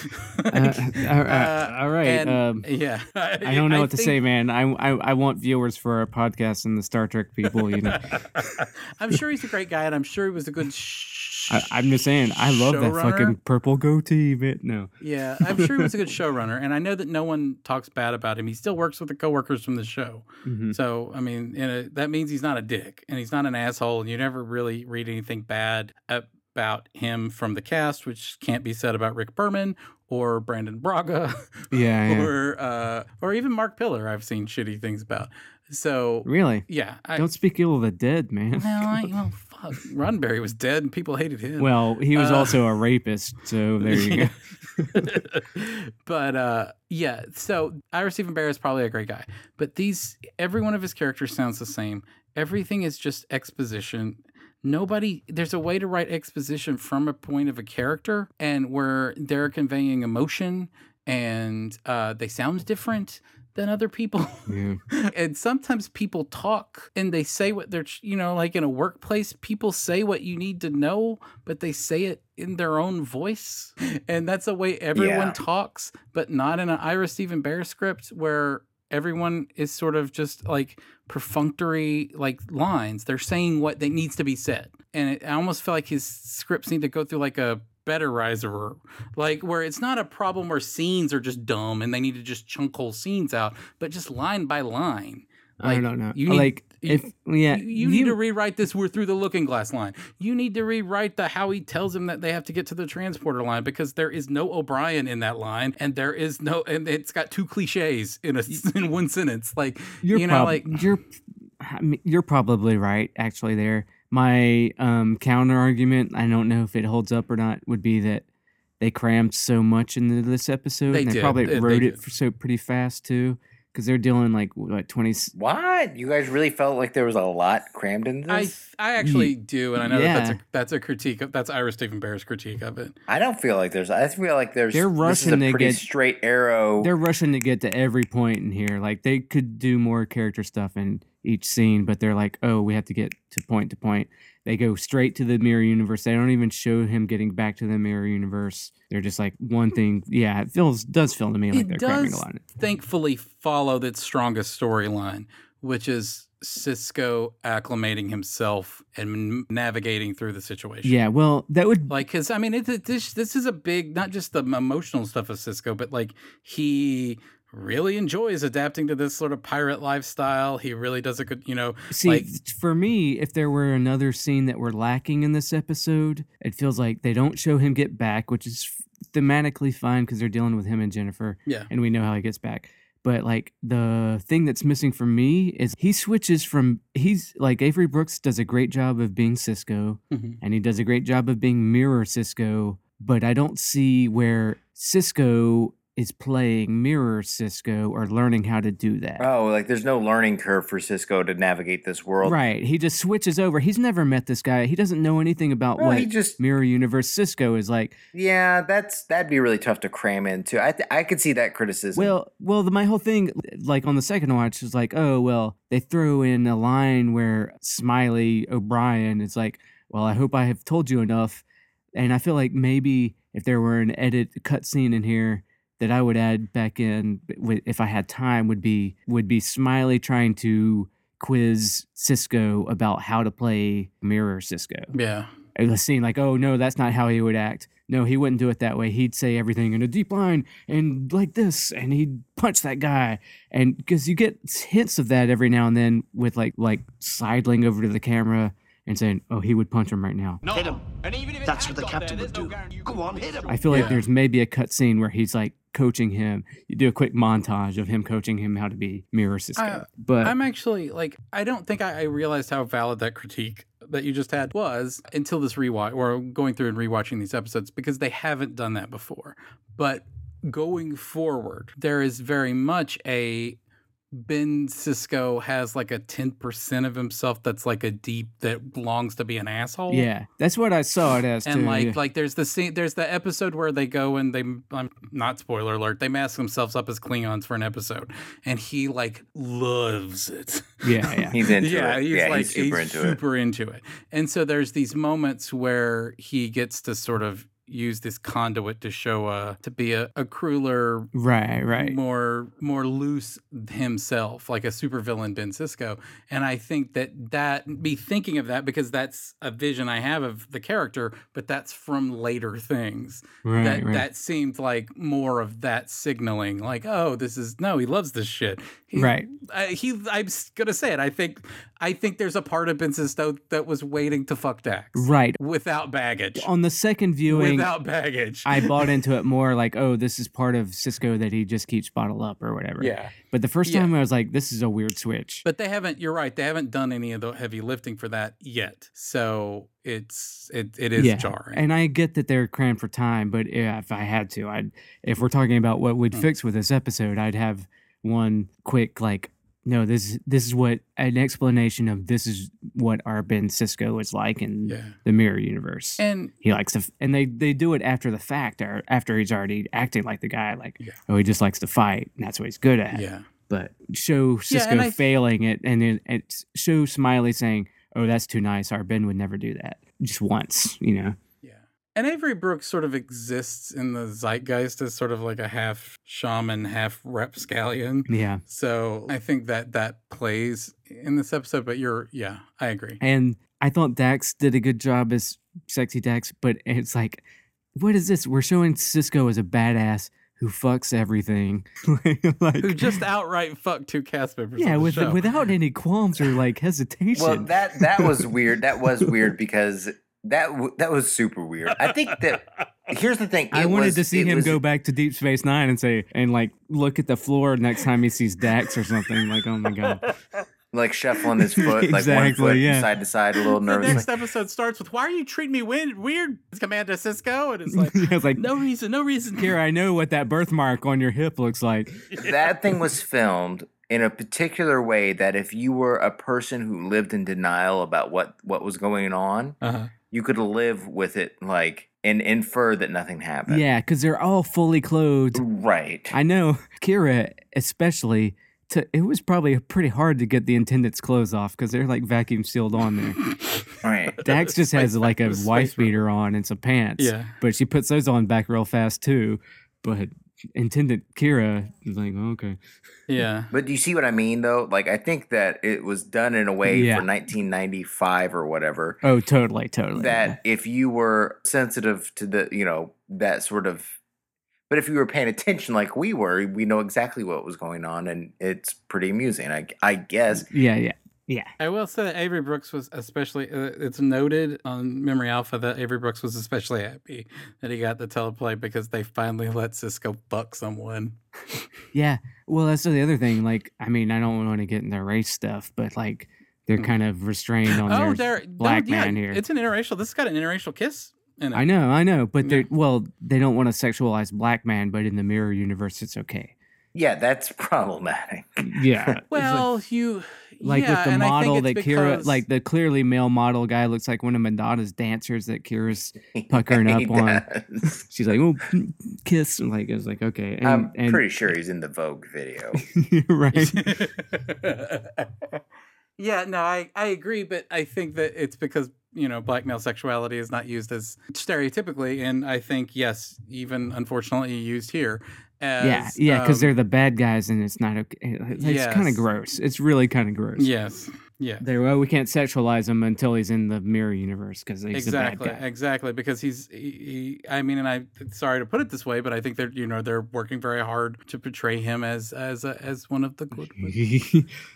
uh, uh, all right. and- um, yeah, I don't know what to think- say, man. I, I I want viewers for our podcast and the Star Trek people. You know, I'm sure he's a great guy, and I'm sure he was a good. Sh- I, I'm just saying, I love that showrunner. fucking purple goatee, man. No, Yeah, I'm sure he was a good showrunner, and I know that no one talks bad about him. He still works with the coworkers from the show, Mhm. so I mean, you know, that means he's not a dick and he's not an asshole, and you never really read anything bad about him from the cast, which can't be said about Rick Berman or Brandon Braga yeah, yeah. or uh, or even Mark Pillar. I've seen shitty things about. So really. yeah, I, Don't speak ill of the dead, man. No, I, well, fuck. Roddenberry was dead and people hated him. Well, he was Uh, also a rapist, so there you go. but uh, yeah, so Ira Stephen Bear is probably a great guy, but these every one of his characters sounds the same. Everything is just exposition. Nobody, there's a way to write exposition from a point of a character, and where they're conveying emotion, and uh, they sound different than other people. Yeah. and sometimes people talk and they say what they're you know like in a workplace people say what you need to know but they say it in their own voice and that's the way everyone Yeah. talks but not in an ira stephen bear script where everyone is sort of just like perfunctory like lines they're saying what they needs to be said and it, i almost feel like his scripts need to go through like a better riser like where it's not a problem where scenes are just dumb and they need to just chunk whole scenes out but just line by line I Like, don't know. you need- like you- if yeah, you, you need to rewrite this we're through the looking glass line you need to rewrite the how he tells him that they have to get to the transporter line because there is no o'brien in that line and there is no and it's got two cliches in a in one sentence like you're you know prob- like you're I mean, you're probably right actually there my um counter argument i don't know if it holds up or not would be that they crammed so much into this episode They and they did. probably They- they wrote it did. for so pretty fast too because they're dealing like what 20 s- What? You guys really felt like there was a lot crammed into I, this? I actually do, and I know that yeah. that's a, that's a critique of that's Ira Stephen Bear's critique of it. I, don't feel like there's. I feel like there's. They're this is rushing to a pretty get- straight arrow. they're rushing to get to every point in here like they could do more character stuff in each scene but they're like oh we have to get to point to point they go straight to the mirror universe they don't even show him getting back to the mirror universe they're just like one thing yeah it feels does feel to me like it they're cramming a does lot in. thankfully follow its strongest storyline, which is Cisco acclimating himself and navigating through the situation. Yeah, well, that would like because i mean it, it- this this is a big not just the emotional stuff of cisco but like he really enjoys adapting to this sort of pirate lifestyle he really does a good you know see like- for me if there were another scene that we're lacking in this episode, it feels like they don't show him get back, which is thematically fine because they're dealing with him and Jennifer, yeah and we know how he gets back. But like the thing that's missing for me is he switches from he's like Avery Brooks does a great job of being Cisco, Mhm. and he does a great job of being mirror Cisco, but I don't see where Cisco is playing mirror Cisco or learning how to do that. oh, like there's no learning curve for Cisco to navigate this world. Right. He just switches over. He's never met this guy. He doesn't know anything about Well, what he just Mirror Universe Cisco is like. yeah, that's that'd be really tough to cram into. I th- I could see that criticism. Well, well, the, my whole thing, like on the second watch, is like, oh well, they throw in a line where Smiley O'Brien is like, well, I hope I have told you enough, and I feel like maybe if there were an edit cut scene in here that I would add back in wi- if I had time would be would be Smiley trying to quiz Cisco about how to play Mirror Cisco. yeah a scene like, oh no, that's not how he would act. No, he wouldn't do it that way. He'd say everything in a deep line and like this, and he'd punch that guy. And because you get hints of that every now and then with like like sidling over to the camera and saying, "Oh, he would punch him right now." Hit him. That's what the captain would do. Go on, hit him. I feel like Yeah. there's maybe a cut scene where he's like coaching him. You do a quick montage of him coaching him how to be Mirror Cisco. I- but I'm actually like, I don't think I, I realized how valid that critique that you just had was until this rewatch or going through and rewatching these episodes because they haven't done that before. But going forward, there is very much a Ben Cisco has like a 10% of himself that's like a deep that belongs to be an asshole. yeah, that's what I saw it as. And too, like yeah. like there's the scene there's the episode where they go and they I'm not spoiler alert they mask themselves up as Klingons for an episode and he like loves it. yeah, yeah. He's into yeah, it. he's yeah, like he's super he's into super into it. And so there's these moments where he gets to sort of use this conduit to show uh to be a, a crueler Right, right. more more loose himself, like a supervillain Ben Cisco. And I think that that be thinking of that because that's a vision I have of the character, but that's from later things. Right, that right. that seemed like more of that signaling, like oh, this is no, he loves this shit. He- right. I, he, I'm s- gonna say it. I think I think there's a part of Ben Cisco that was waiting to fuck Dax, Right. Without baggage. On the second viewing, Without baggage. I bought into it more like, oh, this is part of Cisco that he just keeps bottle up or whatever. yeah. But the first Yeah. time I was like, this is a weird switch. But they haven't. You're right. They haven't done any of the heavy lifting for that yet. So it's it it is Yeah, jarring. and I get that they're crammed for time, but yeah, if I had to, I'd if we're talking about what we'd Hmm. fix with this episode, I'd have one quick like, no, this this is what an explanation of this is what our Ben Cisco is like in yeah. the mirror universe. And he likes to, f- and they they do it after the fact, or after he's already acting like the guy, like Yeah. oh, he just likes to fight, and that's what he's good at. yeah. But show Cisco and I- failing it, and then it's show Smiley saying, "Oh, that's too nice. Our Ben would never do that." Just once, you know. Yeah. And Avery Brooks sort of exists in the zeitgeist as sort of like a half shaman, half rapscallion. Yeah. So I think that that plays in this episode. But you're yeah, I agree. And I thought Dax did a good job as sexy Dax, but it's like, what is this? We're showing Cisco as a badass who fucks everything. like, Who just outright fucked two cast members? yeah, on the with, show. without any qualms or like it. hesitation. Well, that that was weird. That was weird because that w- that was super weird. I think that here's the thing. I it wanted was- to see it him was- go back to Deep Space Nine and say, and like look at the floor next time he sees Dax or something. Like, oh my God. like shuffling his foot, like one Exactly, foot yeah. side to side, a little the nervous. next episode starts with "Why are you treating me weird?" weird Commander Cisco, and it's like I was like, no reason, no reason. here, I know what that birthmark on your hip looks like. that thing was filmed in a particular way that if you were a person who lived in denial about what what was going on, Uh-huh. you could live with it like and infer that nothing Uh, happened. Yeah, because they're all fully clothed. Right. I know Kira, especially. To, it was probably pretty hard to get the intendant's clothes off because they're like vacuum sealed on there. right. Dax just has Space- like a space wife rubber. beater on and some pants. Yeah. But she puts those on back real fast too. But intendant Kira is like, "Oh, okay. Yeah. But do you see what I mean though? Like I think that it was done in a way Yeah. for 1995 or whatever Oh, totally, totally. that if you were sensitive to the, you know, that sort of but if you were paying attention like we were, we know exactly what was going on and it's pretty amusing. I I guess Yeah, yeah. Yeah. I will say that Avery Brooks was especially. Uh, it's noted on Memory Alpha that Avery Brooks was especially happy that he got the teleplay because they finally let Cisco fuck someone. Yeah. Well, that's the other thing. Like, I mean, I don't want to get into race stuff, but like they're kind of restrained on Mm. oh, their there, black man here. It's an interracial. This has got an interracial kiss. In it. I know, I know, but Yeah. they well, they don't want to sexualize black man, but in the mirror universe, it's okay. Yeah, that's problematic. Yeah, Well, you like yeah, with the and I think model that it's Kira, because- like the clearly male model guy, looks like one of Madonna's dancers that Kira's. Puckering He up on- does. She's like, oh, kiss, and like I was like, okay, and, I'm and pretty sure he's in the Vogue video. right, yeah, no, I, I agree, but I think that it's because, you know, black male sexuality is not used as stereotypically. And I think, yes, even unfortunately used here. As, yeah, yeah, because um, they're the bad guys, and it's not okay. It's kind yes. of gross. It's really kind of gross. Yes. Yeah. They well, we can't sexualize him until he's in the mirror universe because he's exactly a bad guy. exactly because he's he, he, i mean and i sorry to put it this way but i think they're you know they're working very hard to portray him as as a, as one of the good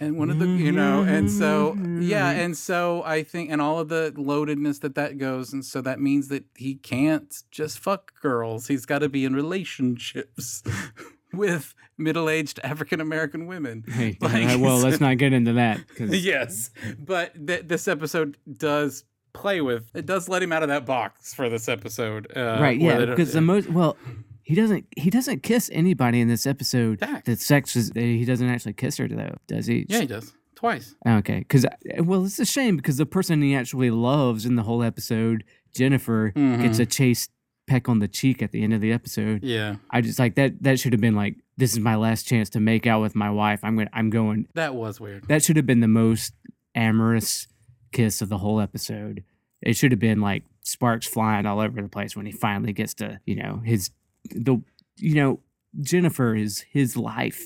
and one of the you know and so yeah Mm-hmm. and so i think and all of the loadedness that that goes and so that means that he can't just fuck girls he's got to be in relationships with middle-aged african-american women Hey, Like, uh, well, let's not get into that because yes but th- this episode does play with it does let him out of that box for this episode uh, right, where yeah, they don't- because the most well, he doesn't he doesn't kiss anybody in this episode. Facts. That sex is eh, he doesn't actually kiss her though, does he? yeah he does twice Okay, because well, it's a shame because the person he actually loves in the whole episode, Jennifer, Mm-hmm. gets a chase peck on the cheek at the end of the episode. yeah I just like that. That should have been like, this is my last chance to make out with my wife. I'm going. I'm going. that was weird That should have been the most amorous kiss of the whole episode. It should have been like sparks flying all over the place when he finally gets to you know his the you know Jennifer is his life,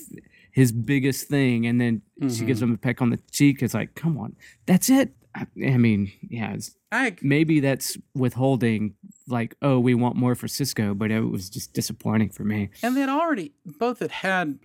his biggest thing, and then she gives him a peck on the cheek. It's like, come on, that's it. I, I mean, yeah, it's, i maybe that's withholding. Like, oh, we want more for Cisco, but it was just disappointing for me. and they'd already both had had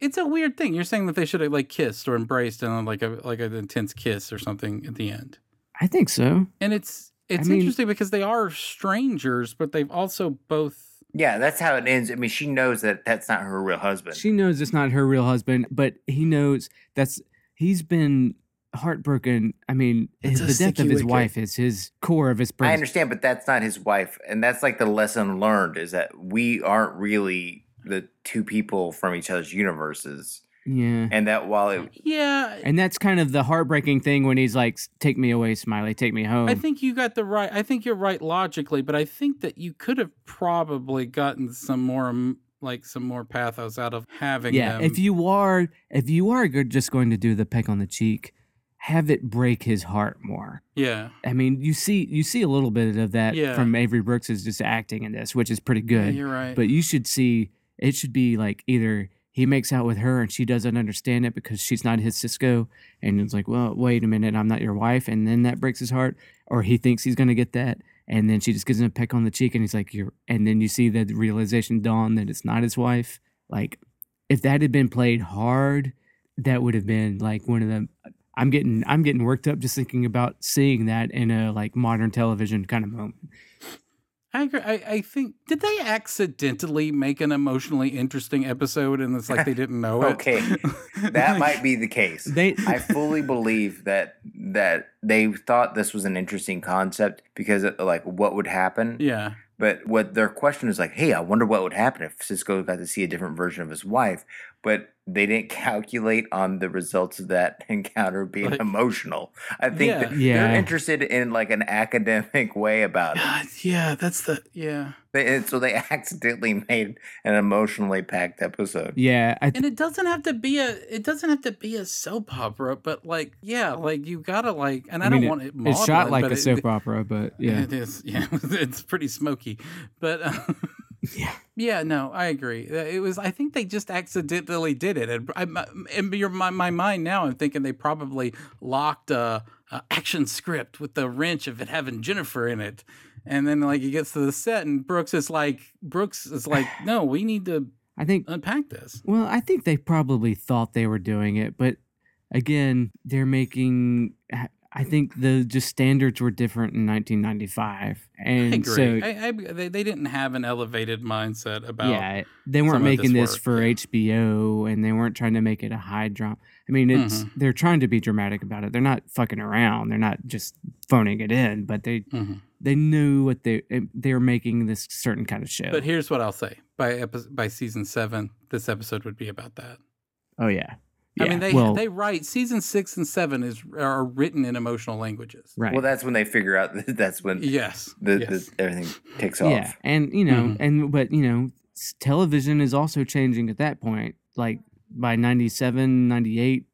it's a weird thing you're saying that they should have like kissed or embraced and like a like an intense kiss or something at the end I think so. and it's it's mean- interesting because they are strangers but they've also both Yeah, that's how it ends. I mean, she knows that that's not her real husband. She knows it's not her real husband, but he knows that's he's been heartbroken. I mean, his, It's a the death of sticky his wicket. wife is his core of his I person. understand, but that's not his wife, and that's like the lesson learned is that we aren't really the two people from each other's universes, Yeah. and that while it yeah And that's kind of the heartbreaking thing when he's like, "Take me away, Smiley. Take me home." I think you got the right. I think you're right logically, but I think that you could have probably gotten some more, um, like some more pathos out of having yeah. them. If you are, if you are go- just going to do the peck on the cheek, have it break his heart more. yeah, I mean, you see, you see a little bit of that Yeah. from Avery Brooks is just acting in this, which is pretty Yeah, good. you're right. But you should see it should be like either he makes out with her and she doesn't understand it because she's not his Cisco and it's like, well, wait a minute, I'm not your wife, and then that breaks his heart, or he thinks he's gonna get that, and then she just gives him a peck on the cheek and he's like, You're and then you see the realization dawn that it's not his wife. Like if that had been played hard, that would have been like one of the I'm getting I'm getting worked up just thinking about seeing that in a like modern television kind of moment. I agree. I, I think did they accidentally make an emotionally interesting episode and it's like they didn't know it? okay, that might be the case. They I fully believe that that they thought this was an interesting concept because of, like what would happen, Yeah, But what their question is like, hey, I wonder what would happen if Cisco got to see a different version of his wife. But they didn't calculate on the results of that encounter being Like- emotional. I think Yeah. that Yeah. they're interested in like an academic way about it. God, yeah, that's the yeah, They- and so they accidentally made an emotionally packed episode. Yeah, I and it doesn't have to be a it doesn't have to be a soap opera, but like yeah, like you gotta like, and I, don't mean, want it. It's shot maudlin, like but a it- soap opera, but yeah. It is. Yeah, it's pretty smoky, but um, Yeah. yeah. No, I agree. Uh, It was. I think they just accidentally did it, and I, my- in your my, my mind now, I'm thinking they probably locked a, a action script with the wrench of it having Jennifer in it, and then like he gets to the set, and Brooks is like, Brooks is like, no, we need to I think unpack this. well, I think they probably thought they were doing it, but again, they're making I think the just standards were different in 1995. And I agree. so I, I, they, they didn't have an elevated mindset about. yeah, they some weren't of making this this, work, for yeah. HBO and they weren't trying to make it a high drama. I mean, it's Mm-hmm. they're trying to be dramatic about it. They're not fucking around. They're not just phoning it in, but they Mhm. they knew what they they were making this certain kind of show. But here's what I'll say: by epi- by season seven, this episode would be about that. oh yeah. I mean, Yeah, they well, they write season six and seven is are written in emotional languages. right. Well, that's when they figure out that that's when Yes. the, yes. the, everything takes off. Mm-hmm. Yeah, and you know, Mhm. and but you know, s- television is also changing at that point. Like by 97, 98,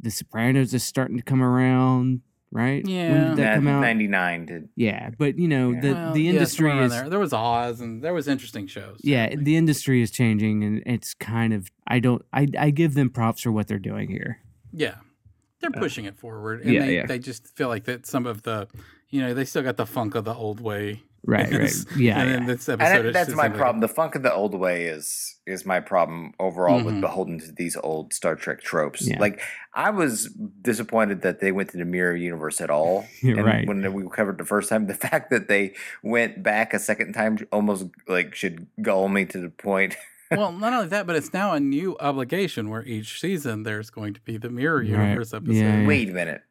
The Sopranos is starting to come around, right? Yeah. did that come out? 99 to yeah, but you know, the Well, the yeah, industry somewhere around is there. there was Oz and there was interesting shows. yeah, the industry is changing, and it's kind of I don't I I give them props for what they're doing here. Yeah. they're pushing it forward, and Yeah, they, yeah. they just feel like that some of the, you know, they still got the funk of the old way. Right, right. Yes. Yeah. and then yeah. this episode, And it's that's just my like a- problem. The funk of the old way is is my problem overall Mhm. with beholden to these old Star Trek tropes. Yeah. Like I was disappointed that they went to the mirror universe at all. You're And right. When we covered the first time, the fact that they went back a second time almost like should gull me to the point. well, not only that, but it's now a new obligation where each season there's going to be the mirror Right. universe episode. Yeah, yeah. Wait a minute.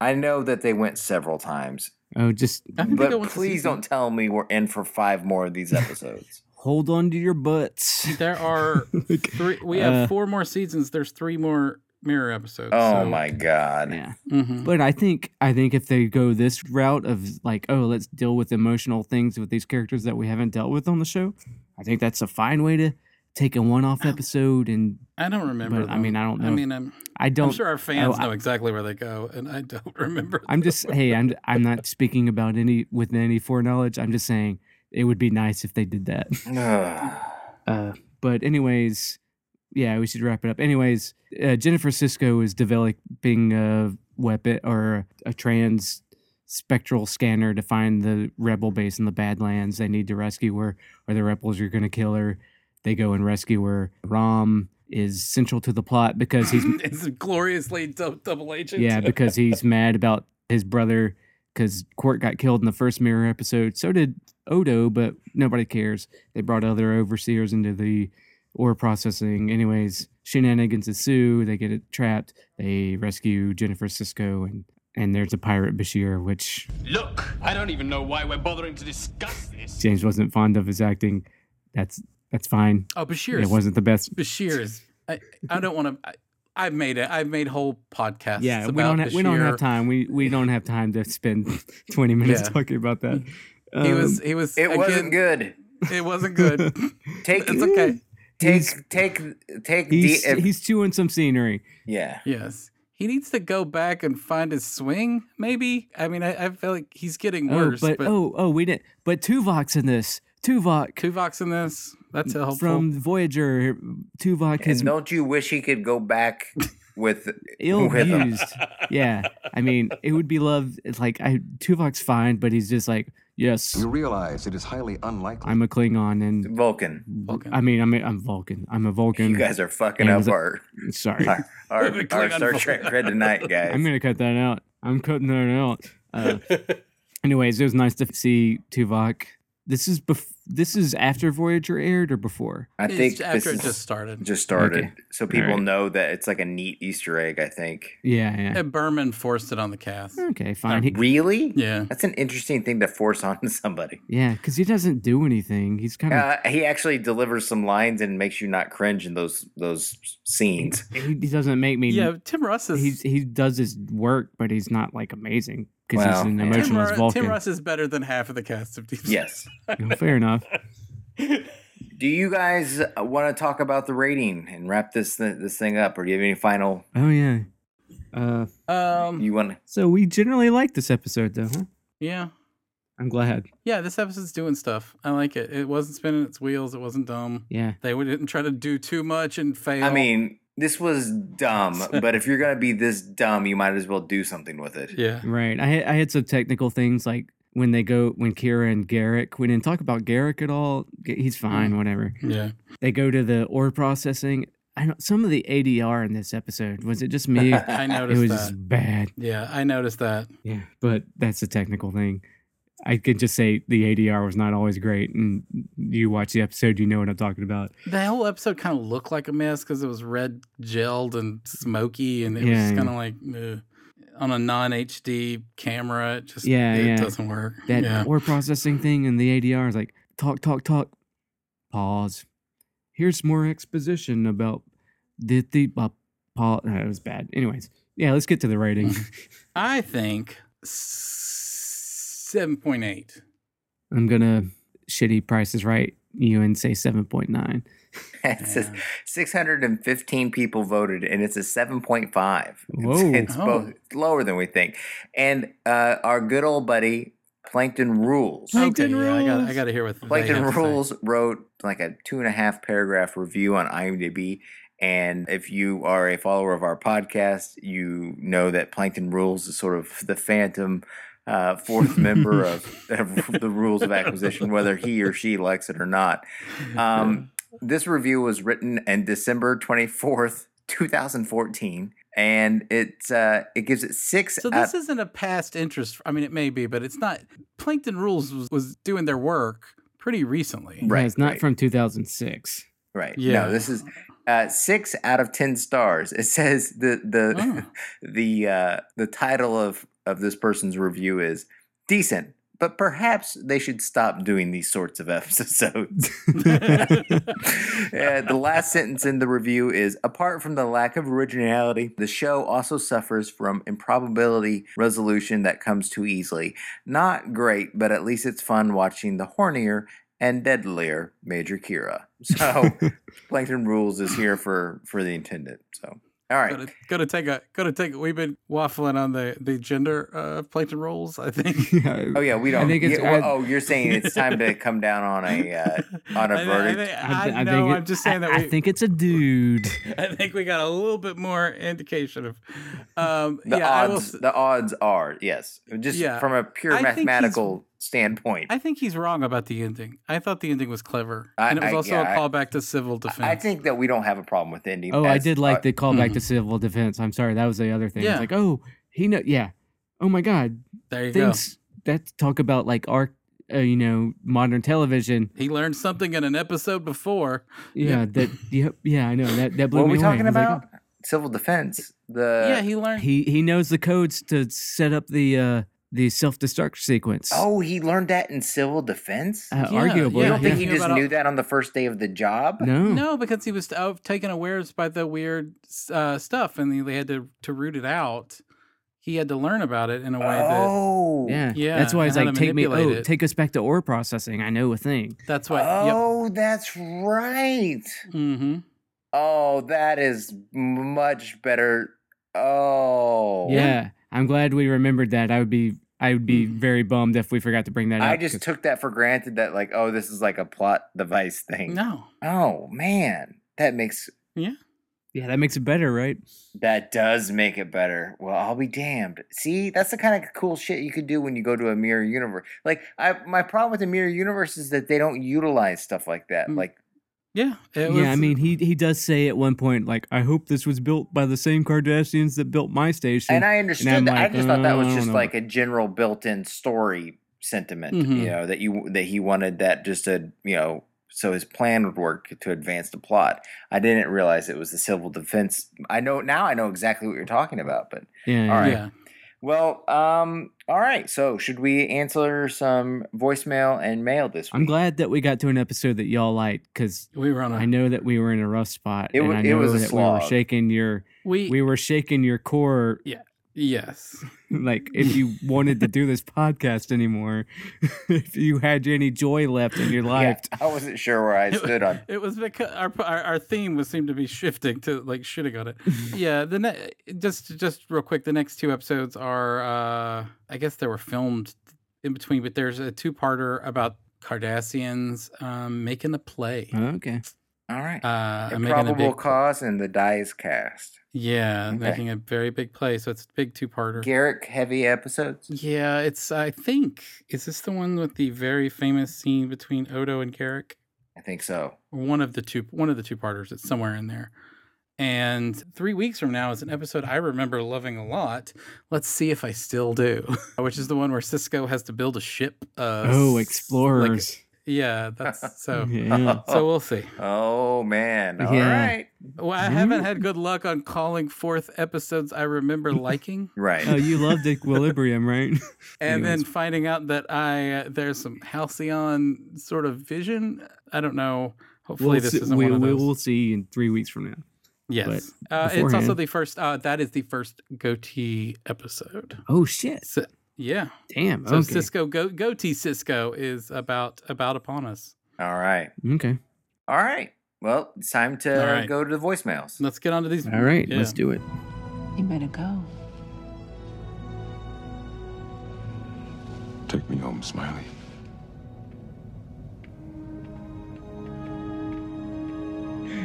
I know that they went several times, Oh, just I think they go but into please season- don't tell me we're in for five more of these episodes. Hold on to your butts. There are Like, three. We Uh, have four more seasons. There's three more mirror episodes. oh so- my god. yeah. Mhm. But I think I think if they go this route of like, oh, let's deal with emotional things with these characters that we haven't dealt with on the show, I think that's a fine way to take a one-off episode. And I don't Oh. remember. But, I them. mean, I don't I know. mean, I'm, I don't. I'm sure our fans I- know exactly where they go, and I don't remember. I'm just hey, I'm I'm not speaking about any with any foreknowledge. I'm just saying it would be nice if they did that. Uh, but anyways, yeah, we should wrap it up. Anyways, uh, Jennifer Cisco is developing a weapon or a trans spectral scanner to find the rebel base in the Badlands. They need to rescue her, or the rebels are going to kill her. They go and rescue her. Rom is central to the plot because he's it's a gloriously dou- double agent. yeah, because he's mad about his brother because Court got killed in the first mirror episode. So did Odo, but nobody cares. They brought other overseers into the ore processing. Anyways, shenanigans ensue. They get it trapped. They rescue Jennifer Cisco and and there's a pirate Bashir, which Look, I don't even know why we're bothering to discuss this. James wasn't fond of his acting. That's that's fine. oh, Bashir. It is- wasn't the best. Bashir is. I, I don't want to. I've made it. I've made whole podcasts. Yeah, we about don't ha- we don't have Bashir. time. We we don't have time to spend twenty minutes Yeah. talking about that. He Um, was. He was. It wasn't again, good. It wasn't good. Take it's okay. He's- take take take He's, the, he's chewing some scenery. yeah Yes. He needs to go back and find his swing, maybe. I mean, I, I feel like he's getting Oh, worse. but, but oh, oh, we didn't. But Tuvok's in this. Tuvok Tuvok's in this. That's helpful. from Voyager. Tuvok and is don't you wish he could go back with ill with him. used. yeah, I mean, it would be loved. It's like I Tuvok's fine, but he's just like, yes, You realize it is highly unlikely. I'm a Klingon, and Vulcan? Vulcan. I mean, I'm a, I'm Vulcan. I'm a Vulcan. You guys are fucking And up was it- our Sorry, our, our, The our Klingon Star Vulcan. Trek cred tonight, guys. I'm gonna cut that out. I'm cutting that out. Uh, anyways, it was nice to see Tuvok. This is bef- this is after Voyager aired or before. I It's think this after is it just started. just started, Okay. so people right. know that it's like a neat Easter egg. I think. Yeah, yeah. And Berman forced it on the cast. Okay, fine. He, Really? Yeah. That's an interesting thing to force onto somebody. yeah, because he doesn't do anything. He's kind of Uh, he actually delivers some lines and makes you not cringe in those those scenes. he, he doesn't make me. Yeah, Tim Russ is he's he does his work, but he's not like amazing because Well, he's an yeah. Tim, emotionless Ru- Vulcan. Tim Russ is better than half of the cast of Deep Space. Yes. Well, fair enough. Do you guys want to talk about the rating and wrap this th- this thing up, or do you have any final? Oh yeah. Uh, Um, You want? so we generally like this episode, though. Huh? yeah. I'm glad. Yeah, this episode's doing stuff. I like it. It wasn't spinning its wheels. It wasn't dumb. Yeah. They didn't try to do too much and fail. I mean, this was dumb, but if you're gonna be this dumb, you might as well do something with it. yeah. Right. I had, I had some technical things like when they go when Kira and Garrick we didn't talk about Garrick at all. G- He's Mm. fine. Whatever. Yeah. They go to the ore processing. I don't, some of the ADR in this episode was it just me? it I noticed was that. just bad. Yeah, I noticed that. Yeah, but that's a technical thing. I could just say the ADR was not always great, and you watch the episode, you know what I'm talking about. The whole episode kind of looked like a mess because it was red gelled and smoky, and it Yeah, was yeah. kind of like ugh. on a non HD camera. It just Yeah, it yeah. doesn't work. That yeah, word processing thing and the ADR is like talk, talk, talk, pause. Here's more exposition about the the uh, pause. it was bad. Anyways, yeah, let's get to the rating. I think seven point eight. I'm gonna shitty prices right you and say seven point nine. it says Yeah. 615 people voted, and it's a 7.5. It's- Whoa. It's, Oh. both lower than we think. And uh, our good old buddy Plankton Rules. Okay, Plankton yeah, I got rules. I got to hear what they Plankton have to say. Rules wrote like a two and a half paragraph review on IMDb, And if you are a follower of our podcast, you know that Plankton Rules is sort of the phantom uh, fourth member of, of the rules of acquisition, whether he or she likes it or not. Um, this review was written in December 24th, 2014. And it's uh, it gives it six. So out- this isn't a past interest. I mean, it may be, but it's not. Plankton Rules was, was doing their work pretty recently. Right, it's not right. from 2006. Right. Yeah. No, this is uh, six out of ten stars. It says the the Oh. the uh, the title of of this person's review is decent, but perhaps they should stop doing these sorts of episodes. Uh, the last sentence in the review is apart from the lack of originality, the show also suffers from improbability resolution that comes too easily. Not great, but at least it's fun watching the hornier and deadlier Major Kira. So Plankton Rules is here for for the intendant. So all right. Gotta, gotta take a gotta take. We've been waffling on the the gender uh, of Plankton Rules. I think. yeah. Oh yeah, we I don't. think it's- yeah, well, I- oh, you're saying it's time to come down on a uh, on a I thi- verdict. I, thi- I, th- know. it- I'm just saying that I, we, I think it's a dude. I think we got a little bit more indication of. Um, the yeah, I will. odds s- the odds are yes just Yeah. from a pure I think he's- mathematical standpoint I think he's wrong about the ending. I thought the ending was clever, I- and it was I- also yeah, a I- callback to civil defense. I think that we don't have a problem with ending Oh, I as- did uh, like the callback to civil defense. I'm sorry, that was the other thing. Mm-hmm. Yeah. It's like, oh, he know, yeah. Oh my God, there you things that talk about like art, uh, you know, modern television. go. He learned something in an episode before. Yeah, Yeah. that. Yep, yeah, I know that. That blew what are me we away. talking I was like, "Oh, about civil defense the yeah, he learned. he he knows the codes to set up the uh the self destruct sequence. oh he learned that in civil defense uh, yeah, arguably. you yeah. don't think yeah. he just About all- knew that on the first day of the job No, No, because he was uh, taken awares by the weird uh, stuff, and they had to to root it out. He had to learn about it in a way oh Yeah, Yeah, That's why and it's how like to take me. Oh, manipulate it. take us back to ore processing. I know a thing. that that's what. oh that's right Yep. Mm-hmm. oh that is much better oh Yeah, I'm glad we remembered that. I would be I would be very bummed if we forgot to bring that up. Mm-hmm. I just took that for granted that like oh this is like a plot device thing. No. Oh man, that makes yeah, that makes it better, right? that does make it better. Well, I'll be damned. See, that's the kind of cool shit you could do when you go to a mirror universe. Like I my problem with the mirror universe is that they don't utilize stuff like that. Mm. Like Yeah. It yeah, I mean he he does say at one point like I hope this was built by the same Kardashians that built my station. and I understood I'm that. like, I just thought that "Uh, I was don't just know." like a general built-in story sentiment, Mhm. you know, that you that he wanted that just to, you know, so his plan would work to advance the plot. I didn't realize it was the civil defense. I know now I know exactly what you're talking about, but yeah, all right. yeah. Well, um, all right. So, should we answer some voicemail and mail this week? I'm glad that we got to an episode that y'all liked because We were on a. I know that we were in a rough spot. It and wa- I it know was a that we were slog. shaking your We, we were shaking your core Yes. like if you wanted to do this podcast anymore, if you had any joy left in your Yeah, life. I wasn't sure where I stood on. It was because our our, our theme was seemed to be shifting to like shitting on it. yeah. The ne- just just real quick, the next two episodes are uh I guess they were filmed in between, but there's a two parter about Cardassians um, making a play. Oh, okay. All right. Uh, The making a probable big, cause and the dice cast. Yeah, Okay. making a very big play. So it's a big two parter. Garrick heavy episodes. Yeah, it's I think is this the one with the very famous scene between Odo and Carrick? I think so. one of the two one of the two parters it's somewhere in there and three weeks from now is an episode i remember loving a lot let's see if i still do which is the one where cisco has to build a ship uh oh, like- explorers. yeah that's so uh, yeah. so we'll see Oh man! All right. Yeah. well i haven't had good luck on calling forth episodes i remember liking right. Oh, you loved Equilibrium, right? and then Anyways. finding out that i uh, there's some halcyon sort of vision i don't know hopefully we'll this see, isn't we, one of we those will see in three weeks from now. Yes. Uh, it's also beforehand- the first, uh, that is the first goatee episode. Oh shit! So, yeah. Damn. So okay. Cisco, go, goatee Cisco is about, about upon us. All right. okay. All right. Well, it's time to All right. go to the voicemails. Let's get on to these. All right. Yeah. Let's do it. You better go. Take me home, Smiley.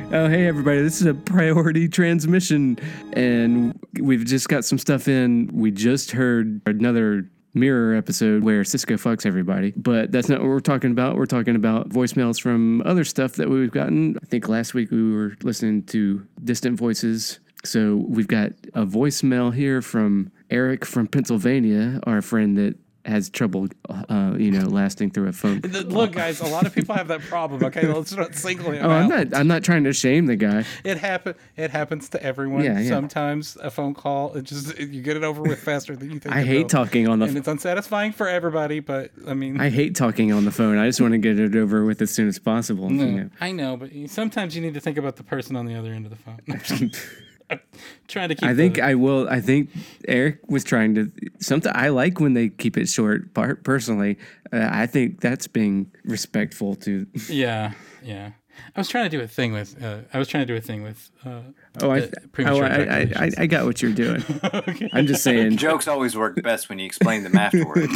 Oh, hey, everybody. This is a priority transmission, and we've just got some stuff in. We just heard another mirror episode where Cisco fucks everybody, but that's not what we're talking about. We're talking about voicemails from other stuff that we've gotten. I think last week we were listening to distant voices. So we've got a voicemail here from Eric from Pennsylvania, our friend that has trouble, uh, you know, lasting through a phone. Th- Look, guys, a lot of people have that problem. Okay, let's not single him Oh, out. I'm not. I'm not trying to shame the guy. It happen. It happens to everyone. Yeah, yeah. Sometimes a phone call, it just you get it over with faster than you think. I it hate will. talking on the. and ph- it's unsatisfying for everybody. But I mean, I hate talking on the phone. I just want to get it over with as soon as possible. you know. I know, but you- sometimes you need to think about the person on the other end of the phone. I'm trying to keep. I think the- I will. I think Eric was trying to. Something I like when they keep it short. Part personally, uh, I think that's being respectful to. yeah, yeah. I was trying to do a thing with. Uh, I was trying to do a thing with. Uh, Oh, I, Uh, oh, premature I, I, I, I got what you're doing. okay. I'm just saying. Jokes always work best when you explain them afterward.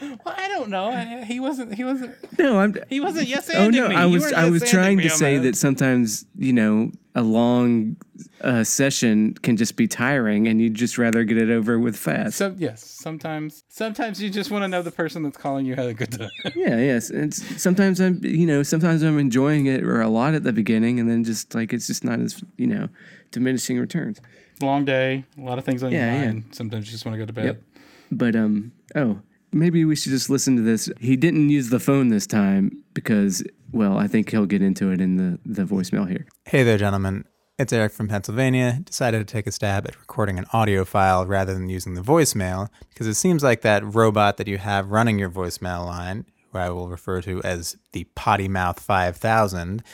Well, I don't know. I, he wasn't. He wasn't. No, I'm. He wasn't. Yes, Oh anding no, me. I You was were I yes was anding trying me to on say that. that sometimes you know a long uh, session can just be tiring, and you'd just rather get it over with fast. So yes, sometimes sometimes you just want to know the person that's calling you had a good time. Yeah, yes. It's sometimes I'm, you know, sometimes I'm enjoying it or a lot at the beginning, and then just like it's just not as, you know, diminishing returns. Long day, a lot of things on Yeah, your yeah. mind. Sometimes you just want to go to bed. Yep. But um, oh, maybe we should just listen to this. He didn't use the phone this time because, well, I think he'll get into it in the the voicemail here. Hey there, gentlemen. It's Eric from Pennsylvania. Decided to take a stab at recording an audio file rather than using the voicemail because it seems like that robot that you have running your voicemail line, who I will refer to as the Potty Mouth 5000,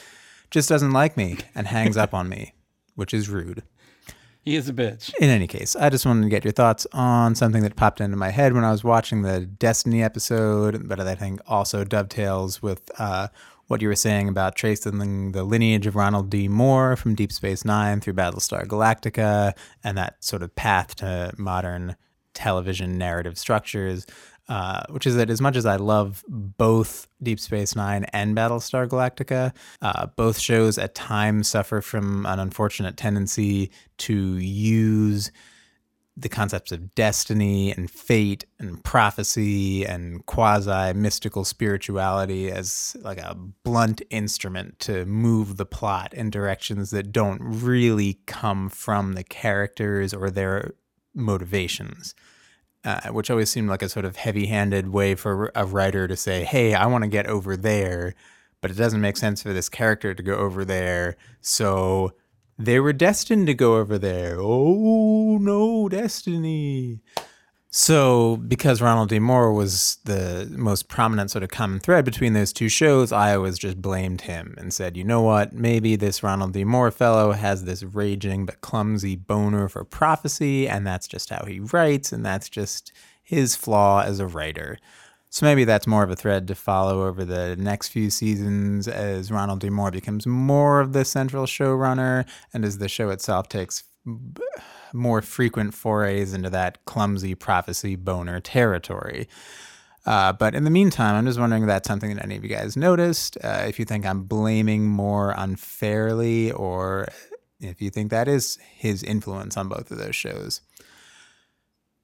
just doesn't like me and hangs up on me, which is rude. He is a bitch. In any case, I just wanted to get your thoughts on something that popped into my head when I was watching the Destiny episode, but I think also dovetails with uh, what you were saying about tracing the lineage of Ronald D. Moore from Deep Space Nine through Battlestar Galactica and that sort of path to modern television narrative structures, uh, which is that as much as I love both Deep Space Nine and Battlestar Galactica, uh, both shows at times suffer from an unfortunate tendency to use the concepts of destiny and fate and prophecy and quasi mystical spirituality as like a blunt instrument to move the plot in directions that don't really come from the characters or their motivations. Uh, which always seemed like a sort of heavy handed way for a writer to say, hey, I want to get over there, but it doesn't make sense for this character to go over there. So they were destined to go over there. Oh no, destiny. So, because Ronald D. Moore was the most prominent sort of common thread between those two shows, I always just blamed him and said, you know what, maybe this Ronald D. Moore fellow has this raging but clumsy boner for prophecy, and that's just how he writes, and that's just his flaw as a writer. So maybe that's more of a thread to follow over the next few seasons as Ronald D. Moore becomes more of the central showrunner and as the show itself takes b- more frequent forays into that clumsy prophecy boner territory. Uh, but in the meantime, I'm just wondering if that's something that any of you guys noticed. Uh, if you think I'm blaming Moore unfairly, or if you think that is his influence on both of those shows.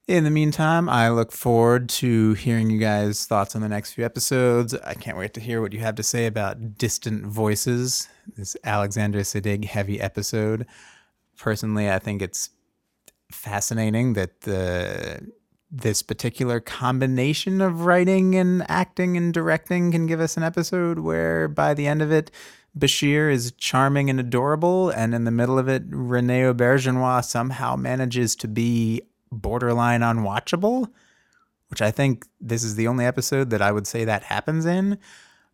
In the meantime, I look forward to hearing you guys' thoughts on the next few episodes. I can't wait to hear what you have to say about Distant Voices, this Alexander Siddig heavy episode. Personally, I think it's fascinating that the this particular combination of writing and acting and directing can give us an episode where by the end of it Bashir is charming and adorable and in the middle of it Rene Auberginois somehow manages to be borderline unwatchable which I think this is the only episode that I would say that happens in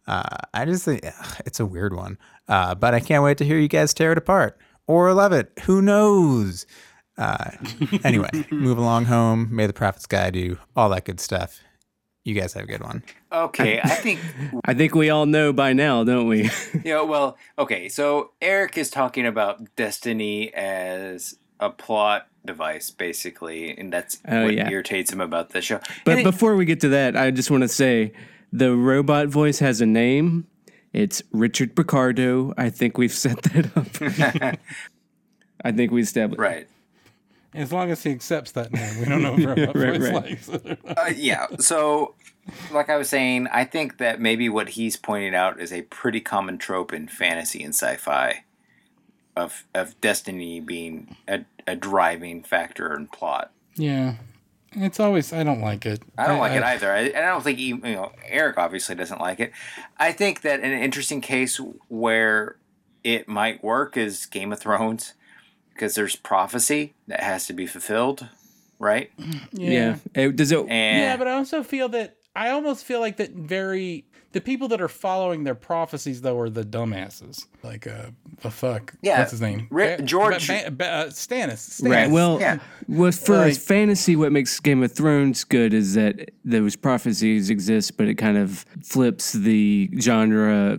uh, I just think ugh, it's a weird one uh, but I can't wait to hear you guys tear it apart or love it who knows uh, anyway, move along home. May the prophets guide you. All that good stuff. You guys have a good one. Okay, I think I think we all know by now, don't we? Yeah, well, okay. So Eric is talking about Destiny as a plot device, basically, and that's Oh, what yeah. irritates him about the show. But And it- before we get to that, I just want to say the robot voice has a name. It's Richard Picardo. I think we've set that up. I think we established. Right. As long as he accepts that name, we don't know if we're up for right, his right. legs. Uh, yeah. So, like I was saying, I think that maybe what he's pointing out is a pretty common trope in fantasy and sci-fi of of destiny being a, a driving factor in plot. yeah. It's always I don't like it. I don't like it either. I, and I don't think even, you know Eric obviously doesn't like it. I think that an interesting case where it might work is Game of Thrones because there's prophecy that has to be fulfilled, right? Yeah. Eh, Does it? And Yeah, but I also feel that I almost feel like that very the people that are following their prophecies though are the dumbasses. Like uh the fuck. Yeah, What's his name? Ri- Ba- George- Ba- Ba- uh, Stannis. Stannis. Right. Well, Yeah. well, for Like- fantasy, what makes Game of Thrones good is that those prophecies exist, but it kind of flips the genre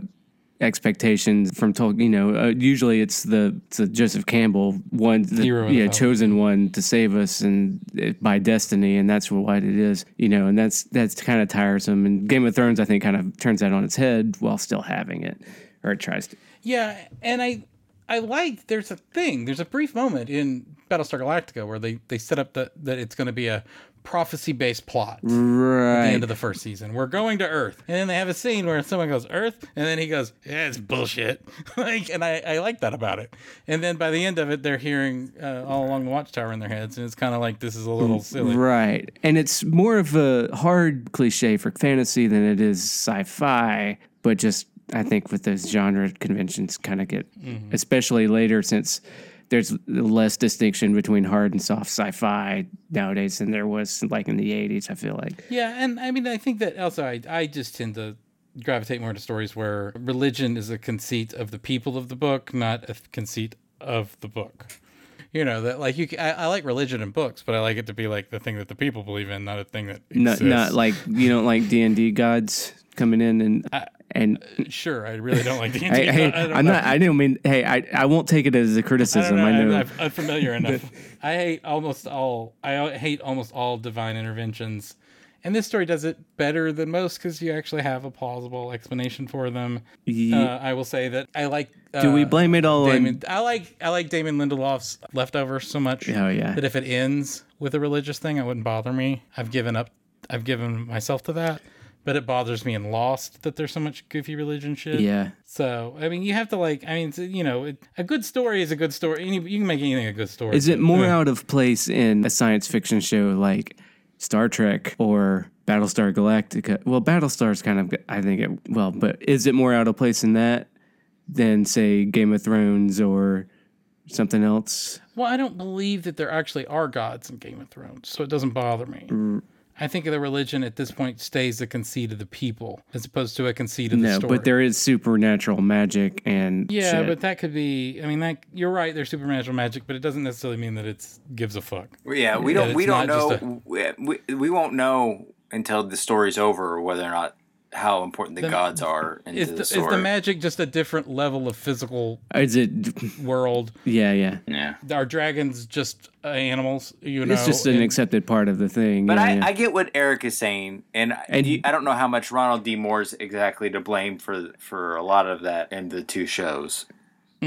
expectations from Tolkien. You know, uh, usually it's the, it's the Joseph Campbell one, the, Hero of the yeah, film. chosen one to save us and it, by destiny, and that's what it is. You know, and that's that's kind of tiresome. And Game of Thrones, I think, kind of turns that on its head while still having it, or it tries to. Yeah, and I I like there's a thing, there's a brief moment in Battlestar Galactica where they they set up that that it's going to be a prophecy based plot. Mm. At the Right. end of the first season, we're going to Earth, and then they have a scene where someone goes Earth, and then he goes, "Yeah, it's bullshit." like, and I, I like that about it. And then by the end of it, they're hearing uh, all along the watchtower in their heads, and it's kind of like this is a little silly. Mm, Right. And it's more of a hard cliche for fantasy than it is sci fi, but just I think with those genre conventions kind of get, especially later since there's less distinction between hard and soft sci fi nowadays than there was like in the 80s, I feel like. Yeah, and I mean, I think that also I, I just tend to gravitate more to stories where religion is a conceit of the people of the book, not a conceit of the book. You know that like you, ca- I, I like religion in books, but I like it to be like the thing that the people believe in, not a thing that Not, exists. not like you don't like D and D gods coming in and and sure. I really don't like the. I, idea. hey, I don't I'm know. not. I don't mean. Hey, I, I won't take it as a I criticism. I, am know. I'm familiar enough. I hate almost all. I al- hate almost all divine interventions, and this story does it better than most because you actually have a plausible explanation for them. Ye- Uh, I will say that I like. Uh, Do we blame it all on Damon, I like I like Damon Lindelof's leftover so much. Oh, yeah. That if it ends with a religious thing, it wouldn't bother me. I've given up. I've given myself to that. But it bothers me in Lost that there's so much goofy religion shit. Yeah. So I mean, you have to like. I mean, it's, you know, it, a good story is a good story. Any, you can make anything a good story. Is it more out of place in a science fiction show like Star Trek or Battlestar Galactica? Well, Battlestar's kind of, I think, it, well, but is it more out of place in that than, say, Game of Thrones or something else? Well, I don't believe that there actually are gods in Game of Thrones, so it doesn't bother me. Mm. I think the religion at this point stays the conceit of the people as opposed to a conceit of the No, story. but there is supernatural magic and Yeah, shit. but that could be. I mean, that you're right. There's supernatural magic, but it doesn't necessarily mean that it's gives a fuck. Yeah, we it's don't we not don't know just we, we, we won't know until the story's over whether or not how important the, gods are into Is the, the, is story. the magic just a different level of physical is it? world? Yeah, yeah. yeah. Are dragons just uh, animals? You know, It's just an and- accepted part of the thing. But yeah, I, yeah. I get what Eric is saying, and, I- And- you- I don't know how much Ronald D. Moore's exactly to blame for for a lot of that in the two shows.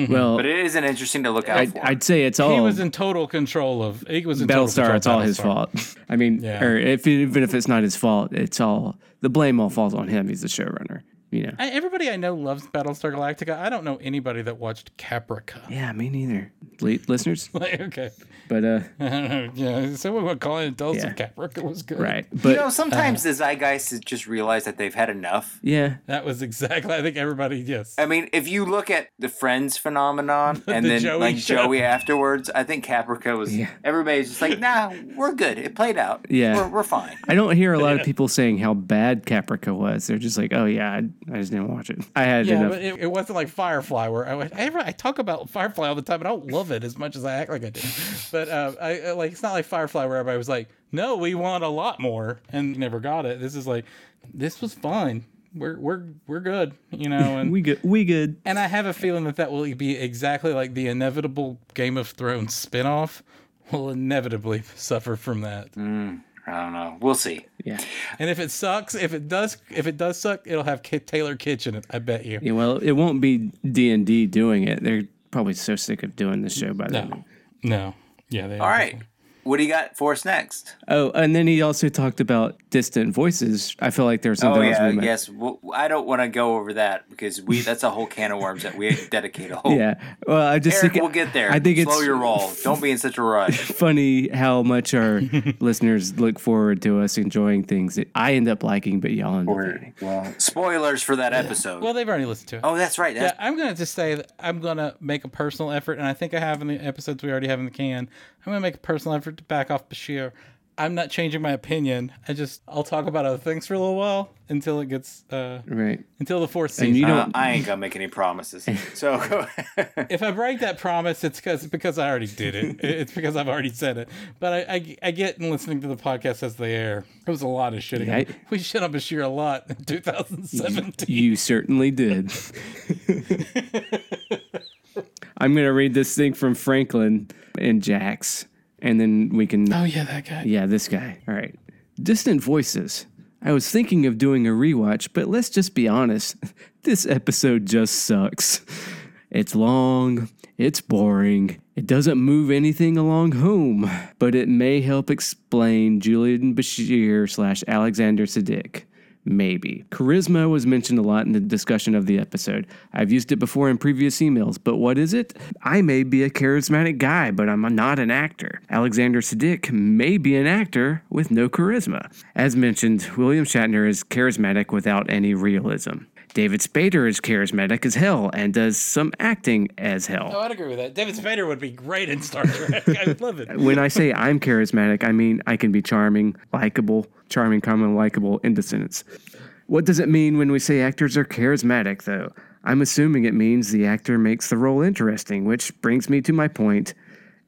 well, But it isn't interesting to look out I'd, for. I'd say it's all He was in total control of. He was in total control Oh. Battlestar, of it's all his Battlestar. fault. I mean, Yeah. or if even if it's not his fault, it's all the blame all falls on him. He's the showrunner, you know. I, everybody I know loves Battlestar Galactica. I don't know anybody that watched Caprica. yeah, me neither, Le- listeners. Like, okay, But uh, I don't know. Yeah, someone would call it and tell us if Caprica was good. right, you know, but sometimes the zeitgeist is just realize that they've had enough. yeah, That was exactly. I think everybody. Yes. I mean, if you look at the Friends phenomenon and The then Joey like show. Joey afterwards, I think Caprica was everybody's just like, nah, we're good. It played out. Yeah. we're, we're fine. I don't hear a lot of people saying how bad Caprica was. They're just like, oh yeah, I, I just didn't watch it. I had Yeah, enough. but it, it wasn't like Firefly where I went. I, ever, I talk about Firefly all the time, but I don't love it as much as I act like I do. But uh, I I- like it's not like Firefly where everybody was like, "No, we want a lot more," and never got it. This is like, this was fun. We're we're we're good, you know. And we good, we good. and I have a feeling that that will be exactly like the Mm. inevitable Game of Thrones spinoff will inevitably suffer from that. I don't know. We'll see. Yeah. And if it sucks, if it does, if it does suck, it'll have Ki- Taylor Kitsch in it. I bet you. Yeah, well, it won't be D and D doing it. They're probably so sick of doing this show by No, then. no, yeah. They All right. What do you got for us next? Oh, and then he also talked about distant voices. I feel like there's something oh else yeah, we missed. yes. Well, I don't want to go over that because we—that's a whole can of worms that we dedicate a whole. Yeah. Well, I just Eric, think it- we'll get there. I think slow it's your roll. Don't be in such a rush. funny how much our listeners look forward to us enjoying things that I end up liking, but y'all end up. Spoilers for that episode. Well, they've already listened to it. oh, that's right. yeah, That's, I'm gonna just say that I'm gonna make a personal effort, and I think I have in the episodes we already have in the can. I'm gonna make a personal effort to back off Bashir. I'm not changing my opinion. I just I'll talk about other things for a little while until it gets uh Right. until the fourth season. And you uh, don't. I ain't gonna make any promises. So, if I break that promise, it's because because I already did it. it's because I've already said it. But I, I, I get in listening to the podcast as they air. It was a lot of shitting. Yeah, I- we shit on Bashir a lot in 2017. you certainly did. I'm going to read this thing from Franklin and Jax, and then we can. Oh yeah, that guy. Yeah, this guy. All right. Distant Voices. I was thinking of doing a rewatch, but let's just be honest. This episode just sucks. It's long, it's boring, it doesn't move anything along home, but it may help explain Julian Bashir slash Alexander Siddiq. Maybe. Charisma was mentioned a lot in the discussion of the episode. I've used it before in previous emails, but what is it? I may be a charismatic guy, but I'm not an actor. Alexander Siddiq may be an actor with no charisma. As mentioned, William Shatner is charismatic without any realism. David Spader is charismatic as hell and does some acting as hell. Oh, I'd agree with that. David Spader would be great in Star Trek. I would love it. when I say I'm charismatic, I mean I can be charming, likable, charming, common, likable in the sentence. What does it mean when we say actors are charismatic, though? I'm assuming it means the actor makes the role interesting, which brings me to my point.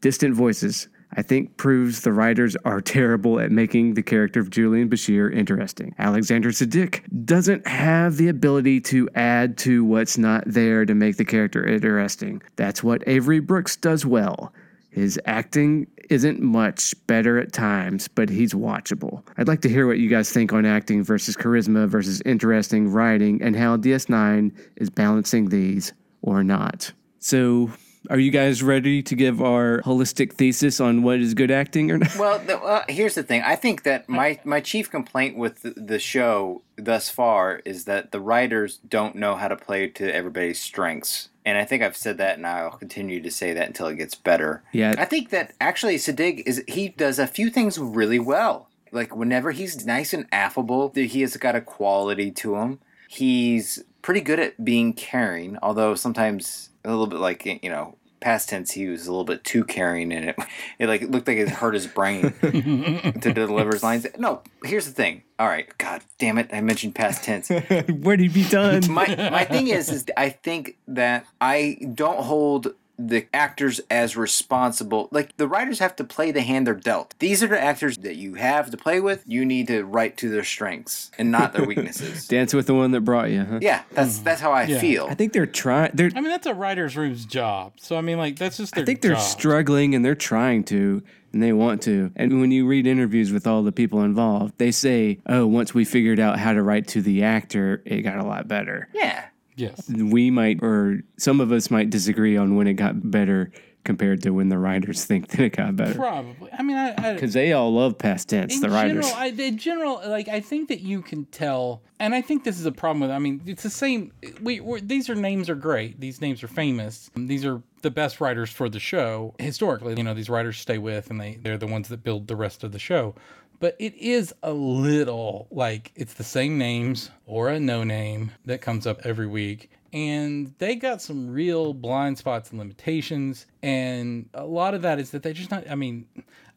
Distant Voices, I think, proves the writers are terrible at making the character of Julian Bashir interesting. Alexander Siddiq doesn't have the ability to add to what's not there to make the character interesting. That's what Avery Brooks does well. His acting isn't much better at times, but he's watchable. I'd like to hear what you guys think on acting versus charisma versus interesting writing and how DS9 is balancing these or not. So, are you guys ready to give our holistic thesis on what is good acting or not? well, the, uh, here's the thing. I think that my my chief complaint with the, the show thus far is that the writers don't know how to play to everybody's strengths, and I think I've said that, and I'll continue to say that until it gets better. Yeah. I think that actually Sadiq is he does a few things really well. Like whenever he's nice and affable, th- he has got a quality to him. He's pretty good at being caring, although sometimes a little bit like you know past tense he was a little bit too caring and it it like it looked like it hurt his brain to deliver his lines. No, here's the thing. All right, god damn it, I mentioned past tense Where'd he be done? my my thing is is I think that I don't hold the actors as responsible. Like the writers have to play the hand they're dealt. These are the actors that you have to play with. You need to write to their strengths and not their weaknesses. Dance with the one that brought you, huh? yeah, that's that's how I feel. I think they're trying. They're. I mean, that's a writer's room's job. So I mean, like, that's just their I think they're job. struggling and they're trying to and they want to. And when you read interviews with all the people involved, they say, "Oh, once we figured out how to write to the actor, it got a lot better." yeah. yes. We might or some of us might disagree on when it got better compared to when the writers think that it got better. Probably. I mean, I, I Cuz they all love past tense, the writers. General, I, in general, like I think that you can tell, and I think this is a problem with. I mean, it's the same. We we're, these are names are great. These names are famous. These are the best writers for the show historically. You know, these writers stay with, and they they're the ones that build the rest of the show. But it is a little like it's the same names or a no name that comes up every week. And they got some real blind spots and limitations. And a lot of that is that they just not, I mean,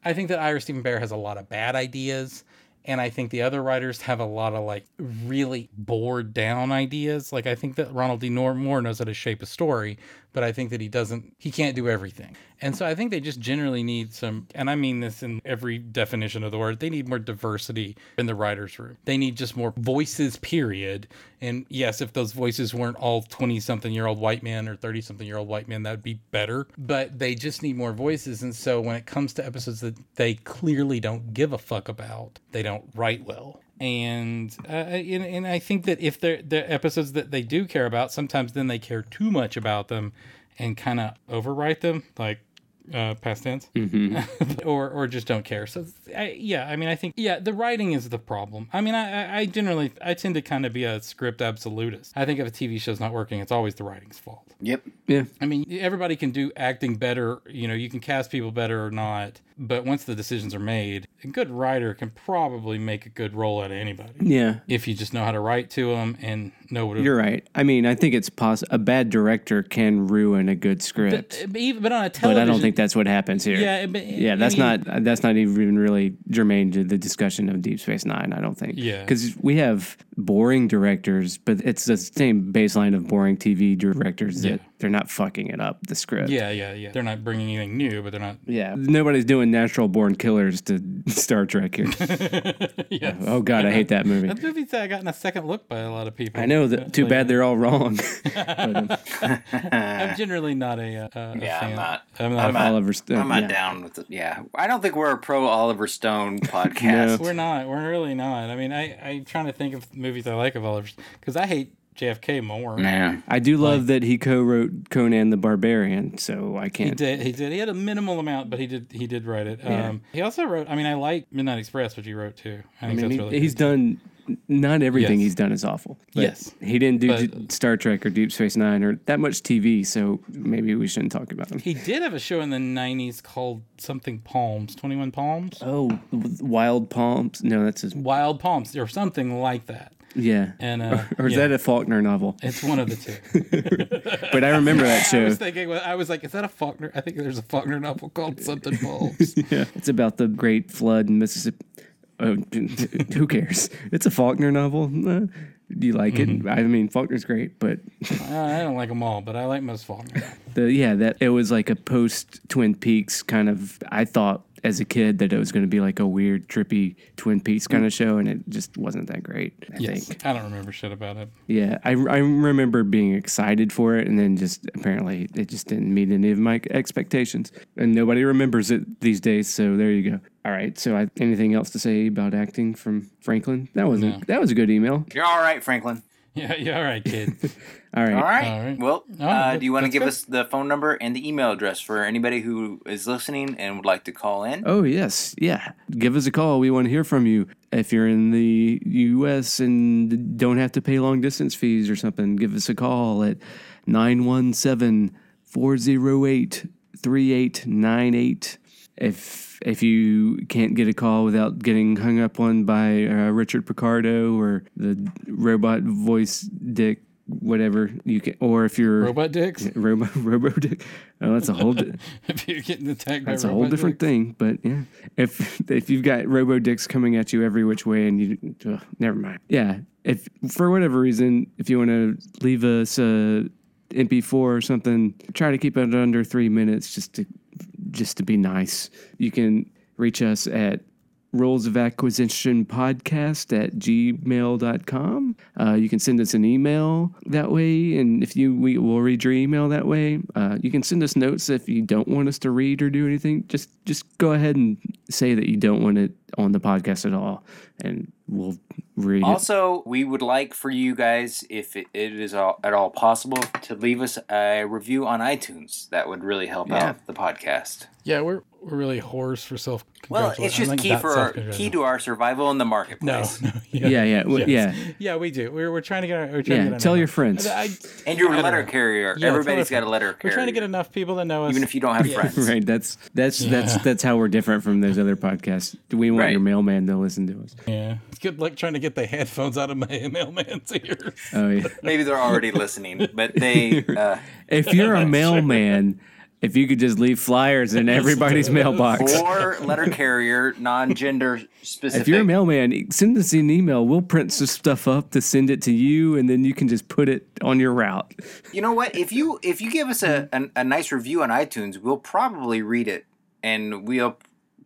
I think that Ira Stephen Bear has a lot of bad ideas, And I think the other writers have a lot of like really bored down ideas. Like I think that Ronald D. Nor- Moore knows how to shape a story, but I think that he doesn't, he can't do everything. And so I think they just generally need some, and I mean this in every definition of the word, they need more diversity in the writer's room. They need just more voices, period. And yes, if those voices weren't all 20 something year old white men or 30 something year old white men, that'd be better. But they just need more voices. And so when it comes to episodes that they clearly don't give a fuck about, they don't write well and uh, and, and I think that if they're the episodes that they do care about, sometimes then they care too much about them and kind of overwrite them, like uh, past tense, or or just don't care. So I, yeah, I mean, I think yeah, the writing is the problem. I mean, I I- I generally I tend to kind of be a script absolutist. I think if a TV show's not working, it's always the writing's fault. Yep. Yeah. I mean, everybody can do acting better. You know, you can cast people better or not. But once the decisions are made, a good writer can probably make a good role out of anybody Yeah. if you just know how to write to them and know what. You're right. I mean, I think it's possible. A bad director can ruin a good script, But, but even but on a but television, I don't think that's what happens here. Yeah, but, Yeah, that's not that's not even really germane to the discussion of Deep Space Nine. I don't think. Yeah. because we have boring directors, but it's the same baseline of boring TV directors that they're not fucking it up the script. Yeah, yeah, yeah. They're not bringing anything new, but they're not. Yeah, nobody's doing natural born killers to Star Trek here. yeah, oh God, I hate that movie. that movie's uh, gotten a second look by a lot of people. I know that. Too bad they're all wrong. I'm generally not a. Uh, a Yeah, fan. I'm not. I'm not. I'm not, Oliver Stone, I'm not yeah. down with it. Yeah, I don't think we're a pro Oliver Stone podcast. We're not. We're really not. I mean, I I'm trying to think of movies I like of Oliver's because I hate JFK more. Yeah. I do love that he co-wrote Conan the Barbarian, so I He can't. did. He did. He had a minimal amount, but he did. He did write it. Um, he also wrote. I mean, I like Midnight Express, which he wrote too. I I think mean, that's he, really. he's good. done. Not everything Yes. he's done is awful. But Yes. he didn't do But- D- Star Trek or Deep Space Nine or that much TV, so maybe we shouldn't talk about him. He did have a show in the '90s called something Palms, Twenty One Palms, oh, Wild Palms? No, that's his. Wild Palms, or something like that. Yeah, And uh, or is yeah, that a Faulkner novel? It's one of the two. But I remember that I show. was thinking. well, I was like, is that a Faulkner? I think there's a Faulkner novel called something Palms. It's about the Great Flood in Mississippi. Oh, who cares? It's a Faulkner novel. Uh, Do you like it? I mean, Faulkner's great, but Uh, I don't like them all, but I like most Faulkner. The, yeah, that it was like a post Twin Peaks kind of. I thought as a kid that it was going to be like a weird, trippy Twin Peaks kind of show, and it just wasn't that great. I Yes, think. I don't remember shit about it. Yeah, I, I remember being excited for it, and then just apparently it just didn't meet any of my expectations, and nobody remembers it these days. So there you go. All right. So I, anything else to say about acting from Franklin? That was a, that was a good email. You're all right, Franklin. Yeah, yeah. All right, kid. All right. All right. All right. Well, Oh, uh, that- do you want to that's give good. us the phone number and the email address for anybody who is listening and would like to call in? Oh, yes. Yeah. Give us a call. We want to hear from you. If you're in the U.S. and don't have to pay long distance fees or something, give us a call at 917 408 3898. If if you can't get a call without getting hung up on by uh, Richard Picardo or the robot voice dick, whatever you can, or if you're Robot dicks. robo robo dick, oh, that's a whole. Di- if you're getting attacked that's by a whole robot different dicks. thing, but yeah. If if you've got robo dicks coming at you every which way, and you ugh, never mind. Yeah. If for whatever reason, if you want to leave us a MP4 or something, try to keep it under three minutes, just to just to be nice. You can reach us at rules of acquisition podcast at gmail.com uh, you can send us an email that way and if you we will read your email that way uh, you can send us notes if you don't want us to read or do anything just just go ahead and say that you don't want it on the podcast at all and we'll read it Also, we would like for you guys, if it, it is all, at all possible, to leave us a review on iTunes. That would really help out the podcast. Yeah, we're we're really whores for self. Well, it's just key for our, key to our survival in the No, marketplace. no, yeah yeah w- Yes. yeah yeah, we do. We're, we're trying to get our. We're trying to yeah get tell enough. your friends I, And your I don't letter know. carrier. Yeah, Everybody's tell got our a letter We're carrier. trying to get enough people that know us. even if you don't have friends. right that's that's that's that's how we're different from those other podcasts we want Right. your mailman to listen to us yeah, it's good luck trying to get the headphones out of my mailman's ears. oh yeah Maybe they're already listening, but they. Uh, If you're a mailman, If you could just leave flyers in everybody's mailbox. Four letter carrier, non gender specific. If you're a mailman, send us an email. We'll print some stuff up to send it to you, and then you can just put it on your route. you know what? If you if you give us a, Mm-hmm. an, a nice review on iTunes, we'll probably read it, and we'll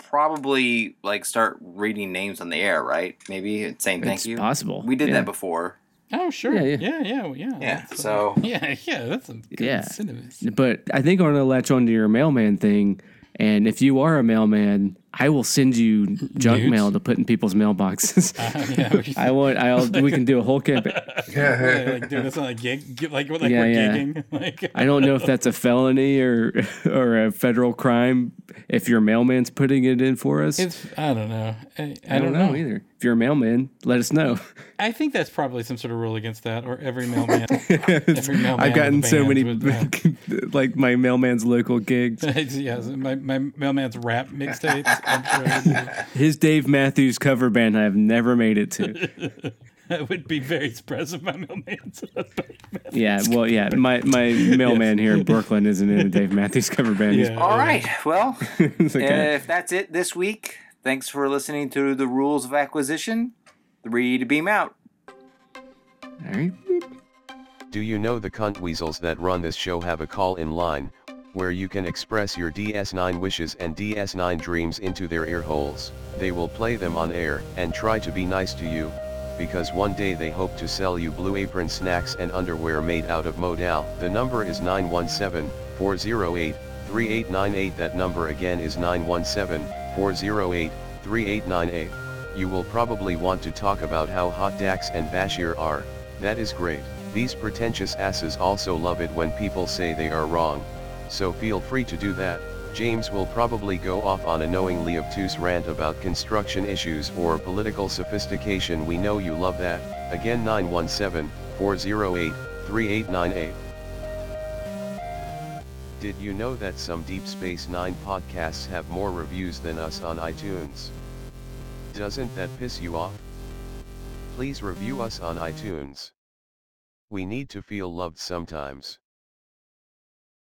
probably like start reading names on the air, right? Maybe it's saying thank It's you. possible, We did yeah. that before. Oh sure. Yeah, Yeah, yeah, yeah. yeah, yeah. well, Yeah. Yeah. that's- So yeah, yeah, that's a good Yeah. sentiment. But I think I'm going to latch onto your mailman thing. And if you are a mailman, I will send you junk Nudes? mail to put in people's mailboxes. yeah, we- I want. I'll. we can do a whole campaign. Yeah, like doing this on a gig, gi- like like Yeah, we're yeah. gigging. Like, I don't know if that's a felony or or a federal crime. If your mailman's putting it in for us, it's I don't know. I, I, I don't, know, either. If you're a mailman, let us know. I think that's probably some sort of rule against that, or every mailman. every mailman I've gotten so many, banned with- like my mailman's local gigs. yes, my, my mailman's rap mixtapes. I'm sure His Dave Matthews cover band, I have never made it to. I would be very surprised if my mailman's. Yeah, well, yeah, my my mailman here in Brooklyn isn't in a Dave Matthews cover band. He's- Yeah. all right. Well, It's like, uh, if that's it this week, thanks for listening to the rules of acquisition. Three to beam out. all right. Do you know the cunt weasels that run this show have a call in line, where you can express your DS9 wishes and DS9 dreams into their ear holes? They will play them on air and try to be nice to you, because one day they hope to sell you blue apron snacks and underwear made out of modal. The number is 917 408 3898. That number again is 917 408 3898. You will probably want to talk about how hot Dax and Bashir are, that is great. These pretentious asses also love it when people say they are wrong, so feel free to do that. James will probably go off on a knowingly obtuse rant about construction issues or political sophistication. We know you love that. Again 917 408 3898. Did you know that some Deep Space Nine podcasts have more reviews than us on iTunes? Doesn't that piss you off? Please review us on iTunes. We need to feel loved sometimes.